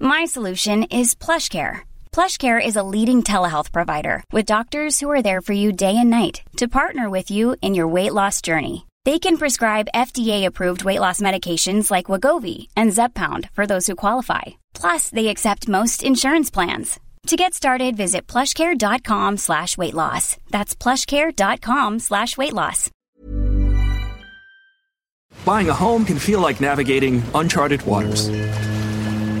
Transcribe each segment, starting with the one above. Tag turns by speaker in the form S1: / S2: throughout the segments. S1: My solution is PlushCare. PlushCare is a leading telehealth provider with doctors who are there for you day and night to partner with you in your weight loss journey. They can prescribe FDA-approved weight loss medications like Wagovi and Zepbound for those who qualify. Plus, they accept most insurance plans. To get started, visit plushcare.com slash weight loss. That's plushcare.com slash weight loss.
S2: Buying a home can feel like navigating uncharted waters.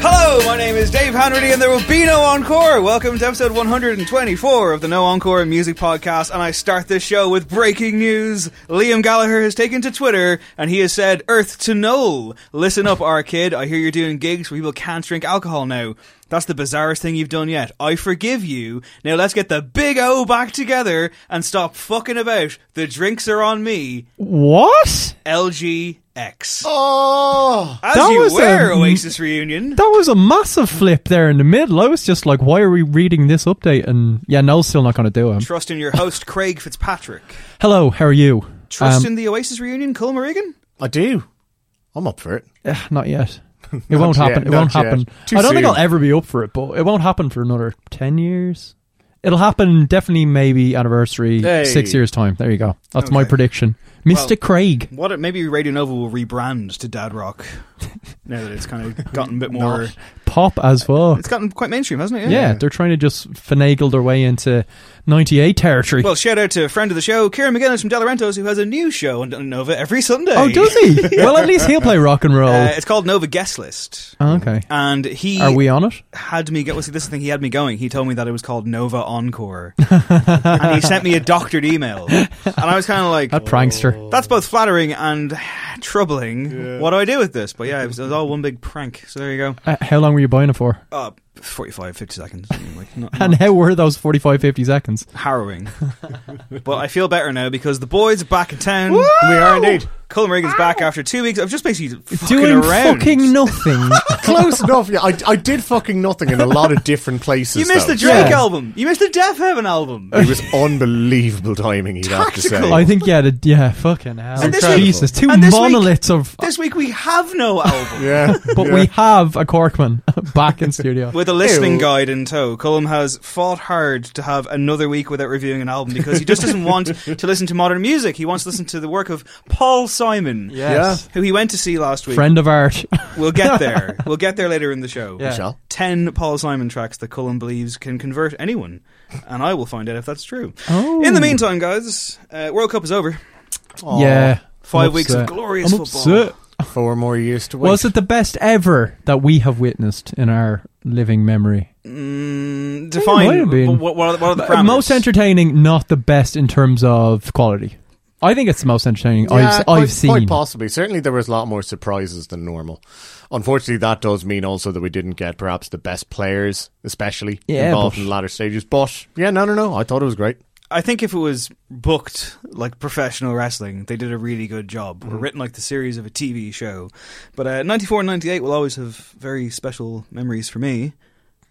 S3: Hello, my name is Dave Hanrady, and there will be no encore. Welcome to episode 124 of the No Encore Music Podcast, and I start this show with breaking news. Liam Gallagher has taken to Twitter, and he has said, Earth to Null. Listen up, our kid. I hear you're doing gigs where people can't drink alcohol now. That's the bizarrest thing you've done yet. I forgive you. Now let's get the big O back together and stop fucking about. The drinks are on me.
S4: What?
S3: LGX.
S5: Oh,
S3: As
S4: that
S3: you
S4: was um,
S3: were,
S4: a-
S3: Oasis Reunion.
S4: That was a massive flip there in the middle. I was just like, why are we reading this update? And yeah, Noel's still not going to do it.
S3: Trust in your host, Craig Fitzpatrick.
S4: Um, Hello, how are you?
S3: Trust
S4: Um,
S3: in the Oasis reunion, Kilmaregan?
S5: I do. I'm up for it.
S4: eh, not yet. It won't
S5: yet,
S4: happen. it
S5: not
S4: won't
S5: yet.
S4: happen.
S5: Too
S4: I don't think
S5: soon.
S4: I'll ever be up for it, but it won't happen for another 10 years. It'll happen definitely, maybe anniversary,
S5: Hey.
S4: six years' time. There you go. That's my prediction. Mr. Craig.
S3: What if- maybe Radio Nova will rebrand to Dad Rock now that it's kind of gotten a bit more.
S4: Pop as fuck.
S3: It's gotten quite mainstream, hasn't it?
S4: Yeah, they're trying to just finagle their way into 98 territory.
S3: Well, shout out to a friend of the show, Kieran McGinnis from Delarentos, who has a new show on Nova every Sunday.
S4: oh, does he? Well, at least he'll play rock and roll.
S3: Uh, it's called Nova Guest List.
S4: okay.
S5: uh,
S3: And he
S4: Are we on it?
S3: had me go. Well, see, this is the thing. He had me going. He told me that it was called Nova Encore, and he sent me a doctored email. And I was kind of like,
S4: That prankster.
S3: That's both flattering and troubling. What do I do with this? But yeah, it was, it was all one big prank. So there you go.
S4: Uh, how long were you buying it for?
S3: Uh, 45, 50 seconds. Like, not,
S4: And
S3: not
S4: how were those 45, 50 seconds?
S3: harrowing. but I feel better now because the boys are back in town.
S5: We are indeed.
S3: Cullen Reagan's back after two weeks of just basically fucking
S4: Doing
S3: around.
S4: fucking nothing.
S5: Close enough. Yeah, I, I did fucking nothing in a lot of different places.
S3: you missed
S5: though.
S3: the Drake
S4: Yeah. Uh,
S3: album. You missed the Death Heaven album.
S5: It was unbelievable timing, you'd have to
S3: Tactical.
S5: say.
S4: I think, yeah, the, yeah, fucking hell.
S3: And this
S5: week-
S4: Jesus, two
S3: and this week-
S4: monoliths of.
S3: This week we have no album.
S5: yeah.
S4: But
S5: yeah.
S4: we have a Corkman back in studio.
S3: With a listening
S5: Ew.
S3: guide in tow, Cullum has fought hard to have another week without reviewing an album because he just doesn't want to listen to modern music. He wants to listen to the work of Paul Simon,
S4: Yes.
S3: who he went to see last week.
S4: Friend of art.
S3: We'll get there. We'll get there later in the show.
S4: Yeah.
S5: Shall?
S3: Ten Paul Simon tracks that Cullum believes can convert anyone, and I will find out if that's true. In
S4: Oh.
S3: the meantime, guys, uh, World Cup is over.
S4: yeah.
S3: Five
S4: Oh, I'm
S3: weeks of
S4: upset.
S3: glorious
S4: I'm
S3: football.
S4: upset.
S5: Four more years to wait.
S4: Was it the best ever that we have witnessed in our living memory?
S3: Mm,
S4: might have
S3: define
S4: been.
S3: what, what, are the, what are the
S4: Uh,
S3: parameters?
S4: most entertaining, not the best in terms of quality. I think it's the most entertaining I've,
S5: Yeah, quite,
S4: I've seen.
S5: quite possibly. Certainly, there was a lot more surprises than normal. Unfortunately, that does mean also that we didn't get perhaps the best players, especially
S4: Yeah,
S5: involved
S4: but-
S5: in the latter stages. But yeah, no, no, no. I thought it was great.
S3: I think if it was booked like professional wrestling, they did a really good job. Or written like the series of a TV show. But uh, 94 and 98 will always have very special memories for me.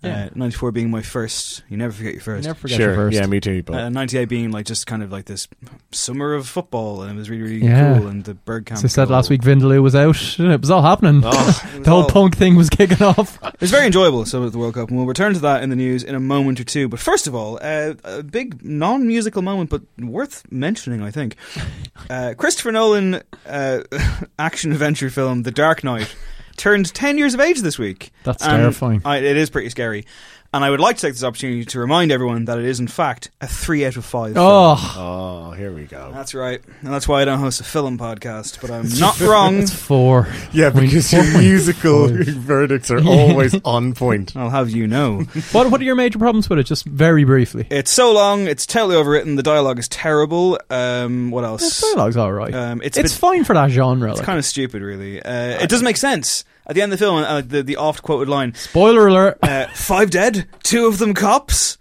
S3: Uh, 94 being my first, you never forget your first.
S4: Never forget
S5: Sure.
S4: the first.
S5: Yeah, me too. But
S3: Uh, 98 being like just kind of like this summer of football, and it was really, really
S4: Yeah.
S3: cool. And the bird camp.
S4: As I said
S3: goal.
S4: last week, Vindaloo was out. and It was all happening.
S3: It was
S4: the whole
S3: all-
S4: punk thing was kicking off.
S3: It was very enjoyable, so with the World Cup, and we'll return to that in the news in a moment or two. But first of all, uh, a big non musical moment, but worth mentioning, I think. Uh, Christopher Nolan uh, action adventure film, The Dark Knight, turned 10 years of age this week.
S4: That's
S3: And
S4: terrifying.
S3: I, it is pretty scary. And I would like to take this opportunity to remind everyone that it is, in fact, a 3 out of 5. film.
S4: Oh,
S5: oh, here we go.
S3: That's right. And that's why I don't host a film podcast, but I'm not wrong.
S4: it's four.
S5: Yeah,
S4: Point
S5: because your
S4: four.
S5: musical
S4: five.
S5: verdicts are always on point.
S3: I'll have you know.
S4: What, what are your major problems with it? Just very briefly.
S3: It's so long. It's totally overwritten. The dialogue is terrible. Um, what else?
S4: The dialogue's alright.
S3: Um, it's
S4: it's
S3: a bit-
S4: fine for that genre.
S3: It's
S4: like.
S3: kind of stupid, really. Uh, it doesn't make sense. At the end of the film, uh, the, the oft quoted line
S4: Spoiler alert.
S3: uh, Five dead, two of them cops.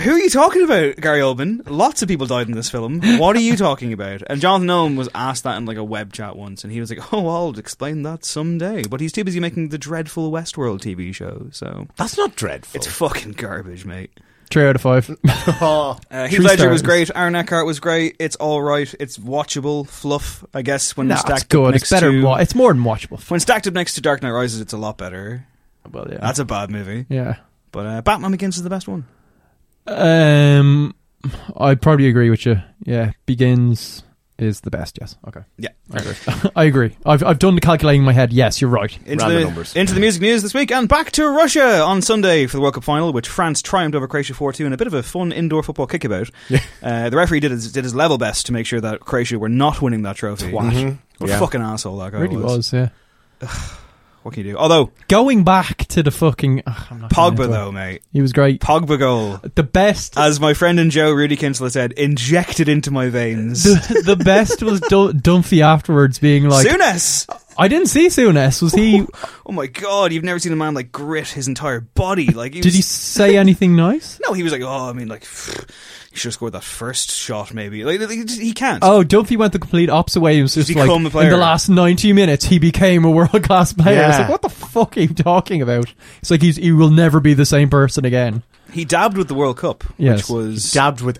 S3: Who are you talking about, Gary Oldman? Lots of people died in this film. What are you talking about? And Jonathan Nolan was asked that in like a web chat once, and he was like, "Oh, I'll explain that someday." But he's too busy making the dreadful Westworld TV show, so
S5: That's not dreadful.
S3: it's fucking garbage, mate.
S4: Three out of five.
S5: Oh,
S3: Uh, Heath
S4: True
S3: Ledger was
S4: stars.
S3: great. Aaron Eckhart was great. It's all right. It's watchable fluff, I guess. When
S4: Nah,
S3: stacked
S4: it's
S3: up
S4: good.
S3: next
S4: It's better.
S3: to
S4: than wa- it's more than watchable.
S3: when stacked up next to Dark Knight Rises, it's a lot better.
S4: Well, yeah.
S3: That's a bad movie,
S4: yeah.
S3: but uh, Batman Begins is the best one.
S4: Um, I probably agree with you. Yeah, begins is the best. Yes. Okay.
S3: Yeah.
S4: I agree. I agree. I've I've done the calculating in my head. Yes, you're right.
S3: Into
S5: Round
S3: the,
S5: the numbers.
S3: into the music news this week, and back to Russia on Sunday for the World Cup final, which France triumphed over Croatia 4 2 in a bit of a fun indoor football kickabout. uh, the referee did his, did his level best to make sure that Croatia were not winning that trophy.
S5: Mm-hmm.
S3: What a
S5: Yeah.
S3: fucking asshole that guy
S4: Really was.
S3: was.
S4: Yeah.
S3: What can you do? Although,
S4: Going back to the fucking ugh, I'm not gonna
S3: Pogba,
S4: do it.
S3: though, Uh, mate.
S4: He was great.
S3: Pogba goal.
S4: The best.
S3: As my friend and Joe Rudy Kinsler said, injected into my veins.
S4: the, the best was Dun- Dunphy afterwards being like,
S3: Souness!
S4: I didn't see Souness. Was he?
S3: Oh my god, you've never seen a man like grit his entire body. Like he
S4: Did
S3: was-
S4: he say anything nice?
S3: No, he was like, oh, I mean, like, pfft, you should have scored that first shot, maybe. Like, he, he can't.
S4: Oh, Dunphy went the complete opposite way. He was just like,
S3: become a
S4: in
S3: player.
S4: the last 90 minutes, he became a world class player. It's
S5: Yeah.
S4: like, what the fuck are you talking about? It's like, he's, he will never be the same person again.
S3: He dabbed with the World Cup,
S4: Yes.
S3: which was
S5: dabbed with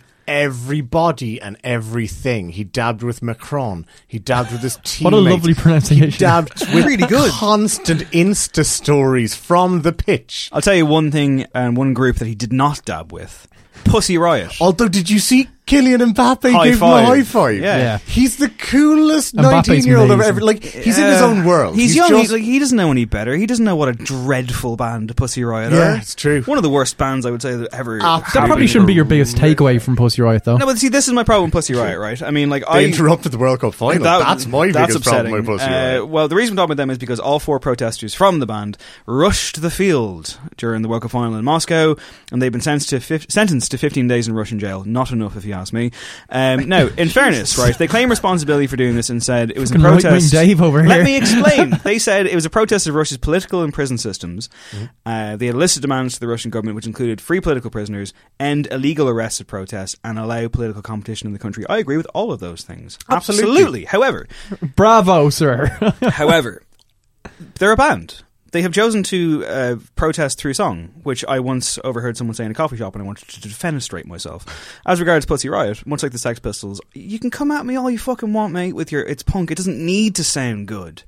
S5: everybody and everything. He dabbed with Macron. He dabbed with his teammates.
S4: What a lovely pronunciation.
S5: He dabbed with
S3: Really good.
S5: constant Insta stories from the pitch.
S3: I'll tell you one thing and one group that he did not dab with Pussy Riot.
S5: Although, did you see Kylian Mbappe
S3: High
S5: give him
S3: five.
S5: a high five?
S3: Yeah.
S4: Yeah.
S5: He's the coolest
S4: Mbappe's
S5: 19 year old I've
S4: amazing.
S5: ever. Like, he's in his
S3: Uh,
S5: own world.
S3: He's, young.
S5: just-
S3: he's like, he doesn't know any better. He doesn't know what a dreadful band Pussy Riot are.
S5: Yeah, it's true.
S3: One of the worst bands I would say that ever.
S5: Ah,
S4: That probably
S3: happened.
S4: shouldn't be your biggest takeaway from Pussy Riot, though.
S3: No, but see, this is my problem with Pussy Riot, right? I mean, like,
S5: they
S3: I.
S5: interrupted the World Cup final.
S3: That-
S5: that's my
S3: that's
S5: biggest
S3: upsetting.
S5: problem with Pussy
S3: Uh,
S5: Riot.
S3: Well, the reason I'm talking about them is because all four protesters from the band rushed the field during the World Cup final in Moscow, and they've been sentenced to, fif- sentenced to 15 days in Russian jail. Not enough, if you ask me. Um, no, in fairness, right, they claim responsibility for doing this and said it was a
S4: Fucking right-wing
S3: protest.
S4: Dave over
S3: Let
S4: here.
S3: me explain. they said it was a protest of Russia's political and prison systems. Uh, they had listed demands to the Russian government, which included free political prisoners, end illegal arrests of protests, and allow political competition in the country. I agree with all of those things.
S5: Absolutely.
S3: Absolutely. However,
S4: Bravo, sir.
S3: However, they're a band. They have chosen to uh, protest through song, which I once overheard someone say in a coffee shop, and I wanted to defenestrate myself. As regards Pussy Riot, much like the Sex Pistols, you can come at me all you fucking want, mate. With your, it's punk. It doesn't need to sound good.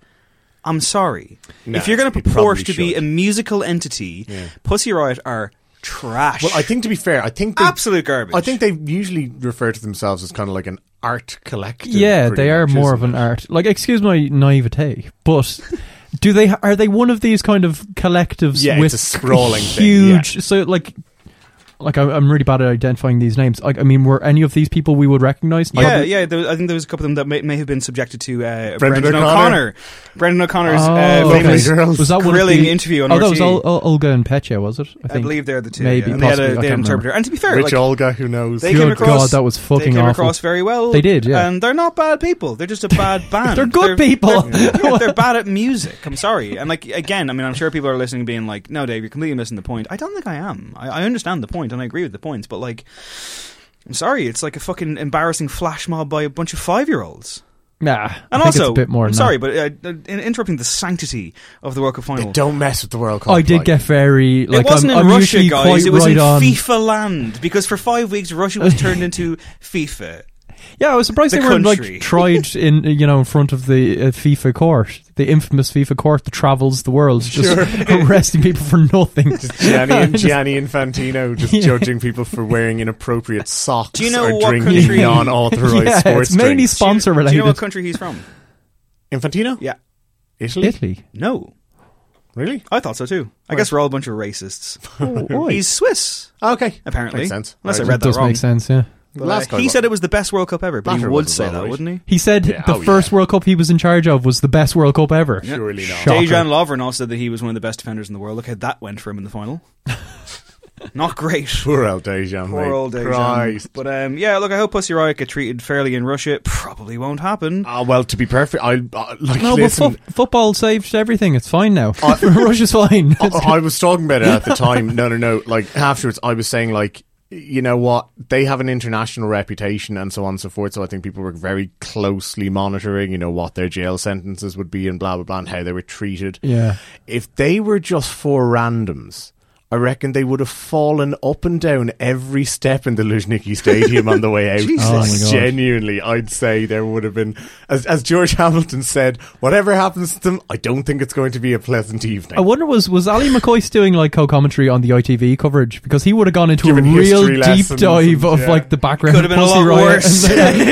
S3: I'm sorry.
S5: No,
S3: if you're going to
S5: it
S3: purport
S5: probably
S3: to be a
S5: should.
S3: musical entity, Pussy Riot are trash.
S5: Well, I think to be fair, I think they,
S3: absolute garbage.
S5: I think they usually refer to themselves as kind of like an art collective.
S4: yeah,
S5: pretty
S4: they are
S5: much,
S4: more
S5: isn't
S4: of an
S5: it?
S4: art. Like, excuse my naivete, but do they are they one of these kind of collectives
S5: Yeah,
S4: with
S5: it's a sprawling thing,
S4: huge? So, like, Like I'm, I'm really bad at identifying these names. Like I mean, were any of these people we would recognize?
S3: Yeah,
S4: Probably-
S3: yeah. There, was- I think there was a couple of them that may, may have been subjected to uh,
S5: Brendan
S3: Brendan,
S5: O'Connor.
S3: O'Connor. Brendan O'Connor's
S4: Oh,
S3: uh,
S5: Lovely
S3: famous-
S5: girls.
S4: was that one of
S3: grilling
S4: the-
S3: interview on
S4: Oh, that was
S3: RT.
S4: Ol- Ol- Olga and Petya, was it? I,
S3: I
S4: think.
S3: believe they're the two.
S4: Maybe,
S3: yeah. And they had, a,
S4: possibly, I
S3: they had an
S4: can't remember.
S3: interpreter. And to be fair,
S5: Which
S3: like,
S5: Olga, who knows?
S3: they
S4: Good
S3: came across.
S4: God, that was fucking
S3: They came
S4: awful.
S3: across very well.
S4: They did, yeah.
S3: And they're not bad people. They're just a bad band.
S4: They're good people.
S3: They're, yeah, they're bad at music. I'm sorry. And like again, I mean, I'm sure people are listening, being like, "No, Dave, you're completely missing the point." I don't think I am. I, I understand the point, and I agree with the points, but like. I'm sorry, it's like a fucking embarrassing flash mob by a bunch of five year olds.
S4: Nah,
S3: And
S4: I think
S3: also,
S4: it's a bit more.
S3: I'm
S4: than
S3: sorry,
S4: that.
S3: but uh, uh, in interrupting the sanctity of the World Cup final.
S5: Don't mess with the World Cup.
S4: I did
S5: like.
S4: get very like
S3: it wasn't
S4: I'm,
S3: in
S4: I'm
S3: Russia,
S4: usually
S3: guys.
S4: quite
S3: It was
S4: right
S3: in
S4: on.
S3: FIFA land because for five weeks Russia was turned into FIFA.
S4: Yeah, I was surprised
S3: The
S4: they weren't
S3: country.
S4: like tried in you know in front of the uh, FIFA court, the infamous FIFA court that travels the world, just arresting people for nothing.
S5: Gianni, Gianni Infantino just judging people for wearing inappropriate socks
S3: Do you know
S5: or
S3: what
S5: drinking
S3: country-
S5: non-authorized
S4: yeah,
S5: sports
S4: it's mainly
S5: drinks.
S4: sponsor
S3: Do you know what
S4: related.
S3: country he's from?
S5: Infantino?
S3: Yeah.
S5: Italy?
S4: Italy.
S3: No.
S5: Really?
S3: I thought so too. I guess we're all a bunch of racists.
S4: Oh,
S3: He's Swiss,
S5: Okay.
S3: apparently.
S5: Makes sense.
S3: Unless I
S5: Right.
S3: read that
S4: does
S3: wrong.
S4: make sense. Yeah.
S3: But, uh,
S5: Last guy
S3: he
S5: was-
S3: said it was the best World Cup ever, but he
S5: Blatter
S3: would
S5: was
S3: say
S5: as well,
S3: that,
S5: right?
S3: wouldn't he?
S4: He said
S5: Yeah,
S4: the
S5: oh,
S4: first World Cup he was in charge of was the best World Cup ever.
S5: Surely not.
S4: Shocker.
S3: Dejan Lovren also said that he was one of the best defenders in the world. Look how that went for him in the final. Not great.
S5: Poor old Dejan,
S3: Poor
S5: mate.
S3: old Dejan.
S5: Christ.
S3: But um, yeah, look, I hope Pussy Riot get treated fairly in Russia. Probably won't happen.
S5: Ah, well, to be perfect, I uh, like
S4: No,
S5: listen. Uh,
S4: but fo- football saved everything. It's fine now. Russia's fine.
S5: I, I was talking about it at the time. No, no, no. Like afterwards, I was saying like, you know what? They have an international reputation and so on and so forth. So I think people were very closely monitoring, you know, what their jail sentences would be and blah blah blah, and how they were treated.
S4: yeah.
S5: If they were just four randoms. I reckon they would have fallen up and down every step in the Luzhniki Stadium on the way out.
S3: Jesus.
S4: Oh my God.
S5: Genuinely, I'd say there would have been, as, as George Hamilton said, whatever happens to them, I don't think it's going to be a pleasant evening.
S4: I wonder was was Ali McCoy doing like co-commentary on the ITV coverage because he would have gone into
S5: Given
S4: a real
S5: history
S4: deep
S5: lessons and-
S4: dive of
S5: yeah.
S4: like the background.
S3: Could have
S4: of
S3: been a
S4: Pussy
S3: lot
S4: Riot
S3: worse.
S4: and-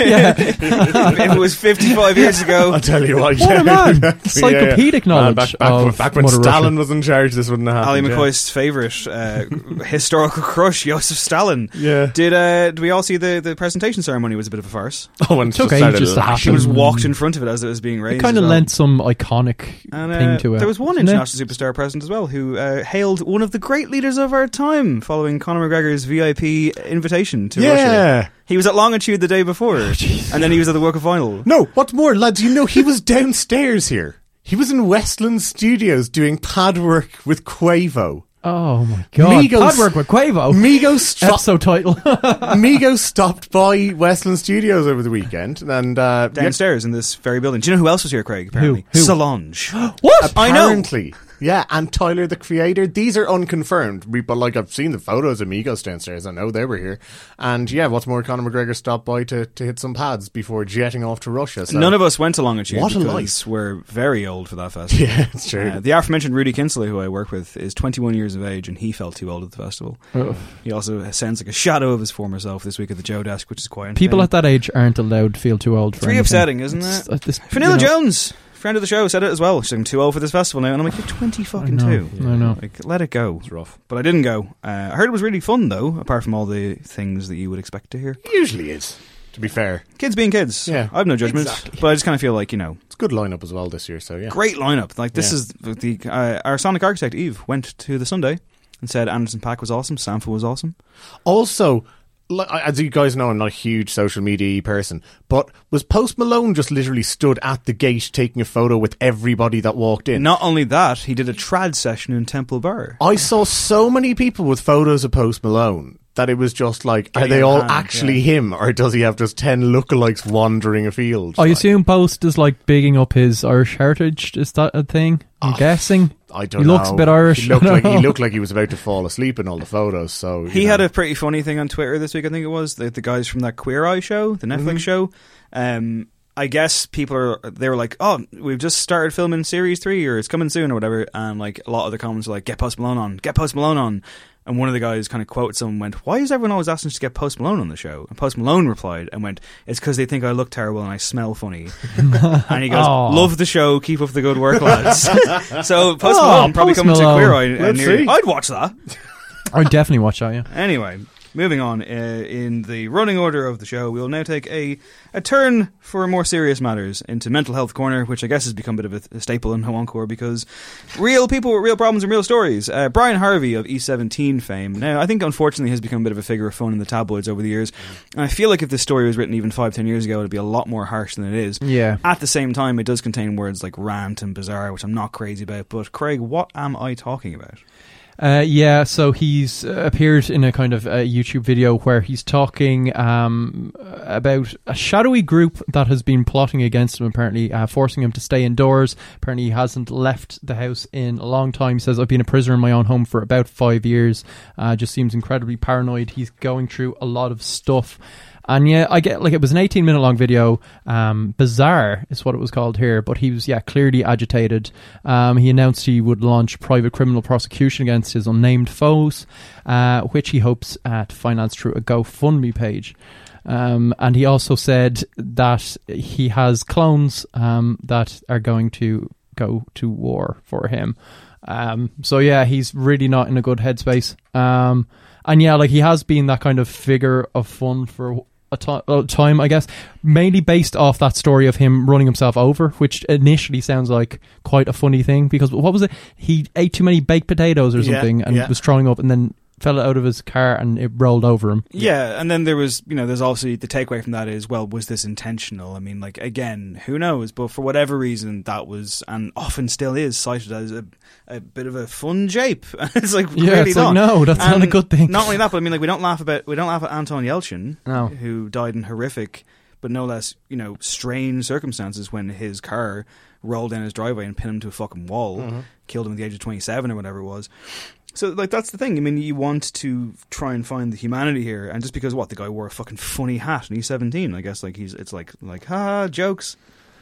S3: if it was 55 years ago.
S5: I'll tell you what.
S4: What a man.
S5: exactly,
S4: Encyclopedic knowledge
S5: back, back,
S4: of
S5: back when
S4: Mother
S5: Stalin
S4: Russia.
S5: was in charge, this wouldn't have
S3: Ali
S5: happened.
S3: McCoy's favorite uh, historical crush, Joseph Stalin.
S5: Yeah.
S3: Did uh, did we all see the, the presentation ceremony was a bit of a farce?
S5: Yeah. Oh, and
S4: It's okay,
S5: started
S4: just to
S5: lashing.
S3: She was
S4: Mm.
S3: walked in front of it as it was being raised.
S4: It kind
S3: as
S4: of
S3: well.
S4: lent some iconic
S3: And, uh,
S4: thing to it.
S3: There was one
S4: didn't it?
S3: international superstar present as well who uh, hailed one of the great leaders of our time following Conor McGregor's VIP invitation to Russia.
S5: Yeah.
S3: He was at Longitude the day before,
S4: Oh,
S3: and then he was at the World Cup final.
S5: No, what's more, lads, you know, he was downstairs here. He was in Westland Studios doing pad work with Quavo.
S4: Oh my god!
S5: Migos-
S4: Hard work with Quavo.
S5: Migos, stro-
S4: Episode title.
S5: Migos stopped by Westland Studios over the weekend and uh, yeah,
S3: Downstairs in this very building. Do you know who else was here, Craig? Apparently,
S4: Who? Who?
S3: Solange.
S4: what?
S3: I know.
S5: Apparently. Yeah, and Tyler the Creator. These are unconfirmed, we- but like I've seen the photos of Migos downstairs. I know they were here. And yeah, what's more, Conor McGregor stopped by to, to hit some pads before jetting off to Russia. So.
S3: None of us went to Longitude.
S5: What a
S3: because We're very old for that festival.
S5: Yeah, it's true.
S3: Uh, the aforementioned Rudy Kinsler, who I work with, is 21 years of age, and he felt too old at the festival. He also sounds like a shadow of his former self this week at the Joe Desk, which is quite
S4: People
S3: entertaining.
S4: at that age aren't allowed to feel too old for
S3: It's really
S4: anything.
S3: upsetting, isn't
S4: It's-
S3: it?
S4: uh, this-
S3: Vanilla
S4: you know-
S3: Jones, friend of the show, said it as well. She's like, I'm too old for this festival now. And I'm like, you're 20 fucking
S4: I know,
S3: two.
S4: I know.
S3: Like, let it go. It's rough. But I didn't go. Uh, I heard it was really fun, though, apart from all the things that you would expect to hear.
S5: usually is, to be fair.
S3: Kids being kids.
S5: Yeah.
S3: I have no judgments.
S5: Exactly.
S3: But I just kind of feel like, you know,
S5: It's a good lineup as well this year, so yeah.
S3: great lineup. Like, this
S5: Yeah.
S3: is the. Uh, our Sonic architect, Eve, went to the Sunday and said Anderson Pack was awesome, Sampha was awesome.
S5: Also, like, I- as you guys know, I'm not a huge social media person, but was Post Malone just literally stood at the gate taking a photo with everybody that walked in?
S3: Not only that, he did a trad session in Temple Bar.
S5: I saw so many people with photos of Post Malone that it was just like, are
S3: Getting
S5: they
S3: in
S5: all
S3: hand,
S5: actually him, or does he have just ten lookalikes wandering a field?
S4: I
S5: Like,
S4: assume Post is like bigging up his Irish heritage. Is that a thing?
S3: Oh.
S4: I'm guessing.
S5: ah, I don't
S4: He
S5: know.
S4: looks a bit Irish.
S5: He looked,
S4: I
S5: like,
S4: don't
S5: he
S4: know.
S5: looked like he was about to fall asleep in all the photos. So you
S3: He
S5: know.
S3: had a pretty funny thing on Twitter this week. I think it was the, the guys from that Queer Eye show, the Netflix
S5: Mm-hmm.
S3: show. Um, I guess people are they were like, "Oh, we've just started filming series three, or it's coming soon, or whatever." And like a lot of the comments were like, "Get Post Malone on, get Post Malone on." And one of the guys kind of quotes him and went, "Why is everyone always asking us to get Post Malone on the show?" And Post Malone replied and went, "It's because they think I look terrible and I smell funny." and he goes,
S4: Aw.
S3: "Love the show, keep up the good work, lads." so Post
S4: Aw,
S3: Malone probably
S4: Post
S3: coming to
S4: Malone.
S3: Queer Eye. and
S5: Oh, Let's
S3: nearly-
S5: see.
S3: I'd watch that.
S4: I would definitely watch that. Yeah.
S3: Anyway, moving on uh, in the running order of the show, we will now take a, a turn for more serious matters into mental health corner, which I guess has become a bit of a, a staple in Hoancore because real people with real problems and real stories. Uh, Brian Harvey of E17 fame now I think unfortunately has become a bit of a figure of fun in the tabloids over the years, and I feel like if this story was written even five ten years ago, it'd be a lot more harsh than it is.
S4: Yeah.
S3: At the same time, it does contain words like rant and bizarre, which I'm not crazy about. But Craig, what am I talking about?
S4: Uh, yeah, so he's uh, appeared in a kind of uh, YouTube video where he's talking um, about a shadowy group that has been plotting against him, apparently, uh, forcing him to stay indoors. Apparently, he hasn't left the house in a long time. He says, I've been a prisoner in my own home for about five years. Uh, just seems incredibly paranoid. He's going through a lot of stuff. And yeah, I get like it was an 18 minute long video. Um, bizarre is what it was called here, but he was yeah clearly agitated. Um, he announced he would launch private criminal prosecution against his unnamed foes, uh, which he hopes uh, to finance through a GoFundMe page. Um, and he also said that he has clones um, that are going to go to war for him. Um, so yeah, he's really not in a good headspace. Um, and yeah, like he has been that kind of figure of fun for a, to- a time, I guess, mainly based off that story of him running himself over, which initially sounds like quite a funny thing because what was it? He ate too many baked potatoes or
S5: Yeah,
S4: something and
S5: yeah.
S4: was throwing up, and then fell out of his car and it rolled over him.
S3: Yeah, and then there was, you know, there's also the takeaway from that is, well, was this intentional? I mean, like, again, who knows? But for whatever reason, that was, and often still is, cited as a, a bit of a fun jape. it's like,
S4: Yeah,
S3: really
S4: it's like,
S3: not.
S4: no, that's not a
S3: And
S4: good thing.
S3: Not only that, but I mean, like, we don't laugh about, we don't laugh at Anton Yelchin,
S4: No.
S3: who died in horrific, but no less, you know, strange circumstances when his car rolled down his driveway and pinned him to a fucking wall,
S4: Mm-hmm.
S3: killed him at the age of 27 or whatever it was. So like that's the thing. I mean, you want to try and find the humanity here, and just because what the guy wore a fucking funny hat and he's seventeen, I guess like he's it's like like ha jokes.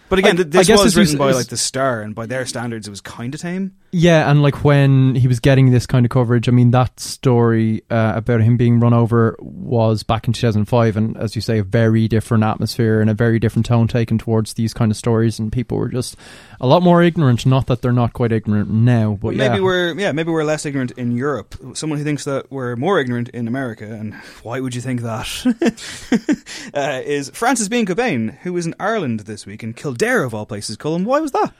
S3: But again,
S4: I-
S3: th-
S4: I
S3: this
S4: guess
S3: was
S4: this was-
S3: written by
S4: was-
S3: like the Star, and by their standards, it was kind of tame.
S4: Yeah, and like when he was getting this kind of coverage, I mean, that story uh, about him being run over was back in 2005, and as you say, a very different atmosphere and a very different tone taken towards these kind of stories, and people were just a lot more ignorant. Not that they're not quite ignorant now, but
S3: But
S4: yeah.
S3: maybe we're yeah maybe we're less ignorant in Europe. Someone who thinks that we're more ignorant in America, and why would you think that? uh, is Francis Bean Cobain, who was in Ireland this week in Kildare of all places? Colin, why was that?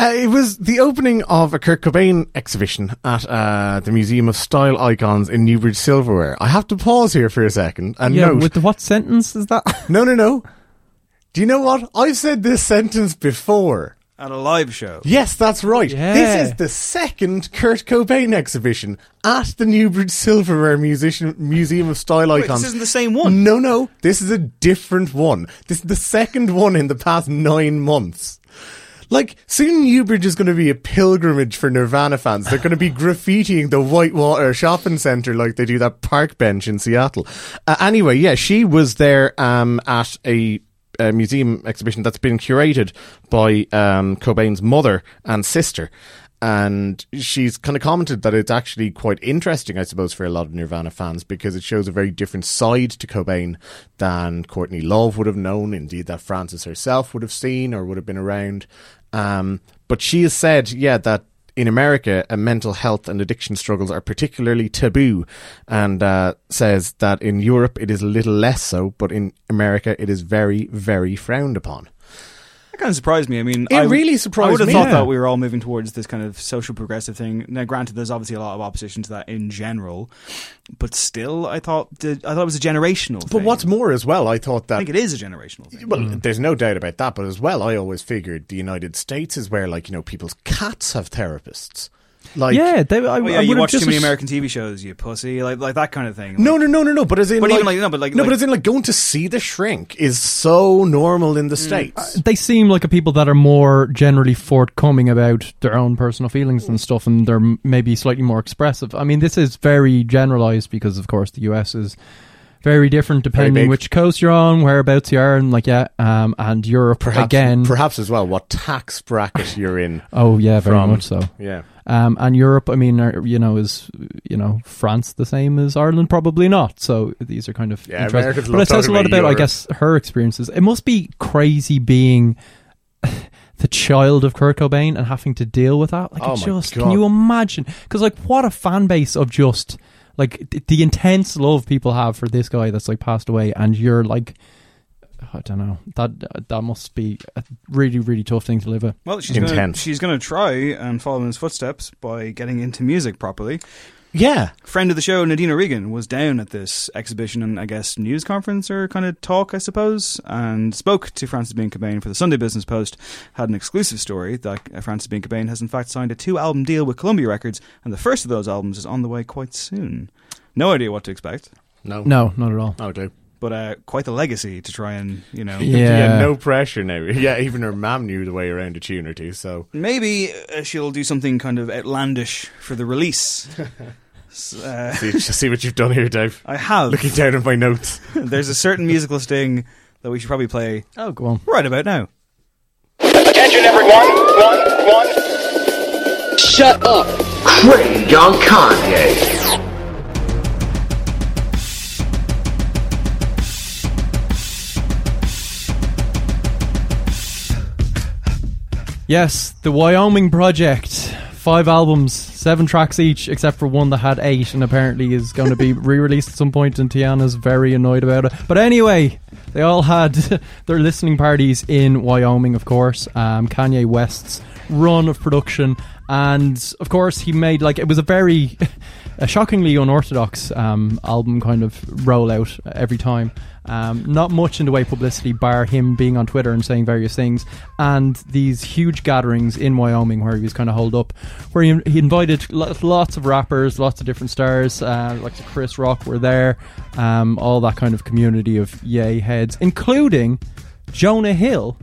S5: Uh, it was the opening of a Kurt Cobain exhibition at uh, the Museum of Style Icons in Newbridge Silverware. I have to pause here for a second and
S4: yeah,
S5: note.
S4: with the, what sentence is that?
S5: no, no, no. Do you know what? I've said this sentence before.
S3: At a live show.
S5: Yes, that's right.
S4: Yeah.
S5: This is the second Kurt Cobain exhibition at the Newbridge Silverware Musician Museum of Style
S3: Wait,
S5: Icons.
S3: this isn't the same one.
S5: No, no. This is a different one. This is the second one in the past nine months. Like, soon Newbridge is going to be a pilgrimage for Nirvana fans. They're going to be graffitiing the Whitewater Shopping Centre like they do that park bench in Seattle. Uh, anyway, yeah, she was there um, at a, uh museum exhibition that's been curated by um, Cobain's mother and sister. And she's kind of commented that it's actually quite interesting, I suppose, for a lot of Nirvana fans because it shows a very different side to Cobain than Courtney Love would have known, indeed, that Frances herself would have seen or would have been around. Um, but she has said, yeah, that in America, uh, mental health and addiction struggles are particularly taboo, and uh, says that in Europe it is a little less so, but in America it is very, very frowned upon.
S3: That kind of surprised me. I mean,
S5: It
S3: I would-
S5: really surprised
S3: I would have
S5: me.
S3: thought
S5: Yeah.
S3: that we were all moving towards this kind of social progressive thing. Now, granted, there's obviously a lot of opposition to that in general, but still, I thought the- I thought it was a generational.
S5: But
S3: thing.
S5: what's more, as well, I thought
S3: I
S5: that
S3: think it is a generational thing.
S5: Well, there's no doubt about that. But as well, I always figured the United States is where, like, you know, people's cats have therapists. Like,
S4: yeah, they, I,
S3: Oh,
S4: I
S3: yeah, you
S4: would've
S3: watch too
S4: just
S3: many American TV shows, you pussy, like like that kind of thing.
S5: No, no, no, no, no. But as in,
S3: But
S5: like,
S3: even like- no, but like- like-
S5: as in, like, going to see the shrink is so normal in the
S3: Mm.
S5: states.
S4: Uh,
S3: Uh,
S4: They seem like a people that are more generally forthcoming about their own personal feelings
S5: Hmm.
S4: and stuff, and they're m- maybe slightly more expressive. I mean, this is very generalized because, of course, the US is very different depending
S5: big.
S4: which coast you're on, whereabouts you are, and like yeah, um, and Europe
S5: perhaps,
S4: again.
S5: perhaps as well, what tax bracket you're in.
S4: oh yeah, very
S5: From-
S4: much so.
S5: Yeah.
S4: Um, and Europe, I mean, are, you know, is you know France the same as Ireland? Probably not. So these are kind of
S5: Yeah,
S4: interesting.
S5: Americans
S4: but
S5: love
S4: it says a
S5: talking
S4: lot
S5: about
S4: about, I
S5: Europe.
S4: guess, her experiences. It must be crazy being the child of Kurt Cobain and having to deal with that. Like,
S5: Oh
S4: it's
S5: my
S4: just
S5: God.
S4: can you imagine? Because like, what a fan base of just Like th- the intense love people have for this guy that's like passed away, and you're like, I don't know. That that must be a really really tough thing to live with.
S3: Well, she's gonna,
S5: Intense.
S3: she's going to try and follow in his footsteps by getting into music properly.
S5: Yeah.
S3: Friend of the show, Nadine O'Regan, was down at this exhibition and I guess news conference or kind of talk, I suppose, and spoke to Francis Bean Cobain for the Sunday Business Post. Had an exclusive story that uh, Francis Bean Cobain has in fact signed a two-album deal with Columbia Records, and the first of those albums is on the way quite soon. No idea what to expect,
S5: No. Oh,
S4: No, not at all.
S5: No clue.
S3: but uh, quite the legacy to try and you know.
S4: Yeah.
S5: Yeah, no pressure now. Yeah, even her mom knew the way around a tune or two, so
S3: Maybe uh, she'll do something kind of outlandish for the release. S- uh,
S5: see, see what you've done here, Dave.
S3: I have.
S5: Looking down at my notes.
S3: There's a certain musical sting that we should probably play
S4: Oh, go on.
S3: right about now.
S6: Attention everyone, one, one. Shut up. Craig on Kanye.
S4: Yes, the Wyoming Project. Five albums, seven tracks each, except for one that had eight, and apparently is going to be re-released at some point. And Tiana's very annoyed about it. But anyway, they all had their listening parties in Wyoming, of course. Um, Kanye West's run of production, and of course he made like it was a very, a shockingly unorthodox um, album kind of rollout every time. Um, not much in the way of publicity, bar him being on Twitter and saying various things, and these huge gatherings in Wyoming where he was kind of holed up, where he, he invited lo- lots of rappers, lots of different stars, uh, like Chris Rock were there, um, all that kind of community of yay heads, including Jonah Hill.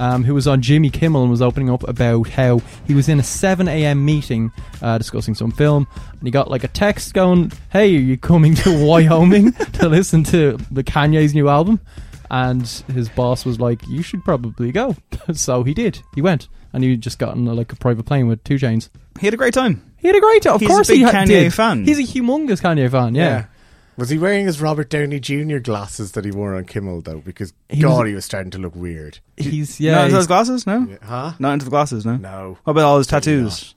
S4: Um, who was on Jimmy Kimmel and was opening up about how he was in a 7 a.m. meeting uh, discussing some film, and he got like a text going, "Hey, are you coming to Wyoming to listen to the Kanye's new album?" and his boss was like, "You should probably go." so he did. He went, and he just got on uh, like a private plane with two chains.
S3: He had a great time.
S4: He had a great time. Of
S3: He's a
S4: course,
S3: big
S4: he ha-
S3: Kanye
S4: did.
S3: fan.
S4: He's a humongous Kanye fan. Yeah.
S5: Was he wearing his Robert Downey Jr. glasses that he wore on Kimmel though? Because
S4: He
S5: God,
S4: was-
S5: he was starting to look weird.
S4: He's
S3: not
S4: yeah.
S3: into
S4: he's-
S3: those glasses, no?
S5: Huh?
S3: Not into the glasses, no?
S5: No.
S3: What about all his
S5: Certainly
S3: tattoos?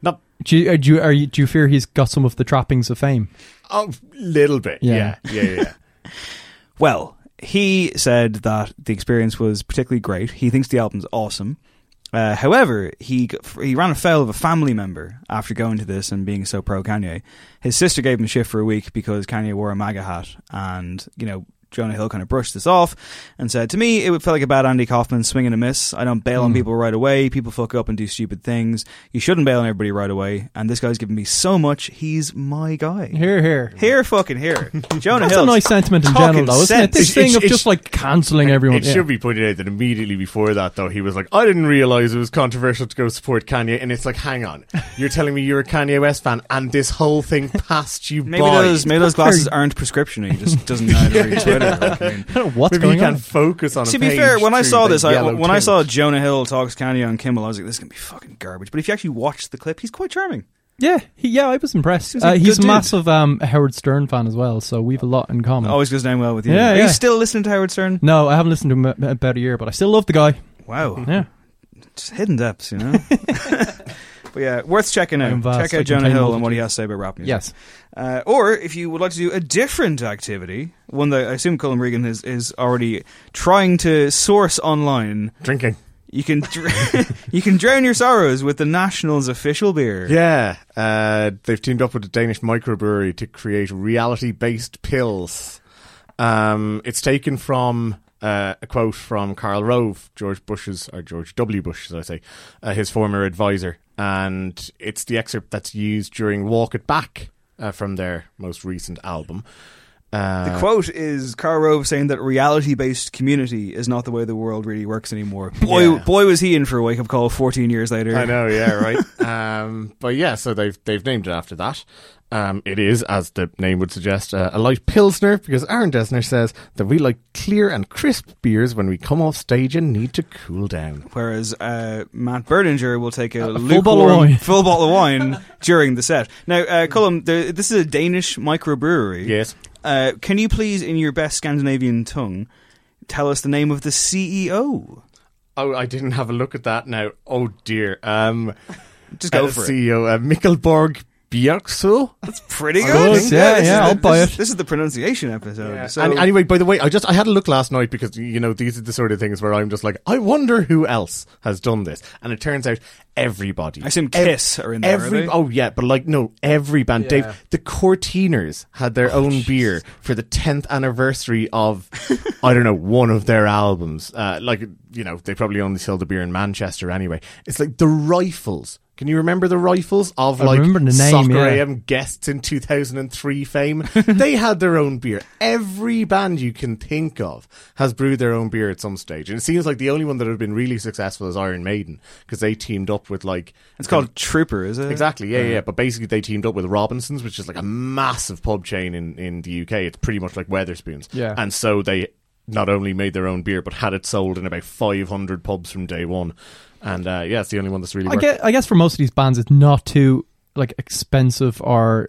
S5: Not
S4: do, you, uh, do, you, are you, do you fear he's got some of the trappings of fame?
S5: a little bit.
S4: Yeah.
S5: Yeah. Yeah. Yeah. yeah.
S3: Well, he said that the experience was particularly great. He thinks the album's awesome. Uh, however, he g- he ran afoul of a family member after going to this and being so pro Kanye. His sister gave him shit for a week because Kanye wore a MAGA hat, and you know Jonah Hill kind of brushed this off and said to me, "It would feel like a bad Andy Kaufman swing and a miss. I don't bail on people right away. People fuck up and do stupid things. You shouldn't bail on everybody right away. And this guy's given me so much. He's my guy.
S4: Here, here.
S3: Here, fucking here, Jonah
S4: That's
S3: Hill.
S4: a nice sentiment in
S3: talking
S4: general, though, isn't it?
S3: sense.
S4: This
S5: It's-
S4: thing
S5: it's-
S4: of
S5: it's-
S4: just like cancelling everyone.
S5: It
S4: yeah.
S5: should be pointed out that immediately before that, though, he was like, "I didn't realize it was controversial to go support Kanye," and it's like, "Hang on, you're telling me you're a Kanye West fan, and this whole thing passed you
S3: Maybe
S5: by?
S3: those maybe those glasses aren't prescription. He just doesn't know how to read Twitter. Like, I mean-
S4: I don't know what's
S5: Maybe
S4: going
S5: you
S4: on.
S5: can focus on." a
S3: to be
S5: page
S3: fair, when I
S5: through
S3: saw
S5: the
S3: this, I,
S5: yellow
S3: when I saw
S5: tint.
S3: Jonah Hill talks Kanye on Kimmel, I was like, "This is gonna be fucking garbage." But if you actually watch the clip, he's quite charming.
S4: yeah, he, yeah, I was impressed.
S3: Seems
S4: uh,
S3: like a
S4: he's a
S3: good dude.
S4: massive um, Howard Stern fan as well, so we've a lot in common.
S5: Oh,
S3: Always goes down well with you.
S4: Mm. Yeah,
S3: Are
S4: yeah.
S3: you still listening to Howard Stern?
S4: no, I haven't listened to him a- about a year, but I still love the guy.
S3: Wow,
S4: Yeah.
S3: Just hidden depths, you know. but yeah, worth checking out.
S4: am vast,
S3: Check
S4: I
S3: out Jonah
S4: contain
S3: Hill and what he has to say about rap music.
S4: Yes.
S3: Uh, or if you would like to do a different activity, one that I assume Colin Regan is, is already trying to source online,
S5: drinking.
S3: you can dr- you can drown your sorrows with the Nationals official beer.
S5: Yeah, uh, they've teamed up with a Danish microbrewery to create reality-based pills. Um, it's taken from uh, a quote from Karl Rove, George Bush's or George W. Bush, as I say, uh, his former advisor, and it's the excerpt that's used during "Walk It Back" uh, from their most recent album.
S3: The
S5: Uh,
S3: quote is Karl Rove saying that reality-based community is not the way the world really works anymore. Boy,
S5: Yeah.
S3: boy, was he in for a wake-up call 14 years later.
S5: I know, yeah, right. um, but yeah, so they've they've named it after that. Um, it is, as the name would suggest, uh, a light pilsner because Aaron Desner says that we like clear and crisp beers when we come off stage and need to cool down.
S3: Whereas uh, Matt Berdinger will take a,
S4: A full
S3: lukewarm-
S4: bottle of wine.
S3: full bottle of wine during the set. Now, uh, Colum, there, this is a Danish microbrewery.
S5: Yes.
S3: Uh, can you please, in your best Scandinavian tongue, tell us the name of the E CEO?
S5: Oh, I didn't have a look at that now. Oh dear. Um,
S3: Just go
S5: uh,
S4: E
S3: for it.
S5: CEO uh, Mikkelborg Bjergsu.
S3: Pretty good.
S4: Good, yeah,
S3: this is
S4: yeah,
S3: the-
S4: I'll buy
S3: this-
S4: it.
S3: This is the pronunciation episode. So
S5: and anyway, by the way, I just I had a look last night because you know these are the sort of things where I'm just like, I wonder who else has done this, and it turns out everybody.
S3: I assume Kiss are in there, are
S5: Every
S3: they?
S5: oh yeah, but like no, every band.
S4: Yeah. Oh,
S5: Dave, the Cortiners had their own beer for the tenth anniversary of I don't know one of their albums. Uh, like you know, they probably only sell the beer in Manchester anyway. It's like the Rifles. Can you remember the Rifles of
S4: I
S5: like
S4: remember the name,
S5: Soccer
S4: yeah.
S5: AM guests in 2003 fame. they had their own beer. Every band you can think of has brewed their own beer at some stage. And it seems like the only one that have been really successful is Iron Maiden because they teamed up with like
S3: it's called Trooper, is it?
S5: Exactly, yeah, yeah. But basically, they teamed up with Robinsons, which is like a massive pub chain in, in the UK. It's pretty much like Weatherspoons.
S4: Yeah.
S5: And so they not only made their own beer, but had it sold in about 500 pubs from day one. And uh, yeah, it's the only one that's really
S4: I
S5: worked.
S4: guess, I guess for most of these bands, it's not too like expensive or.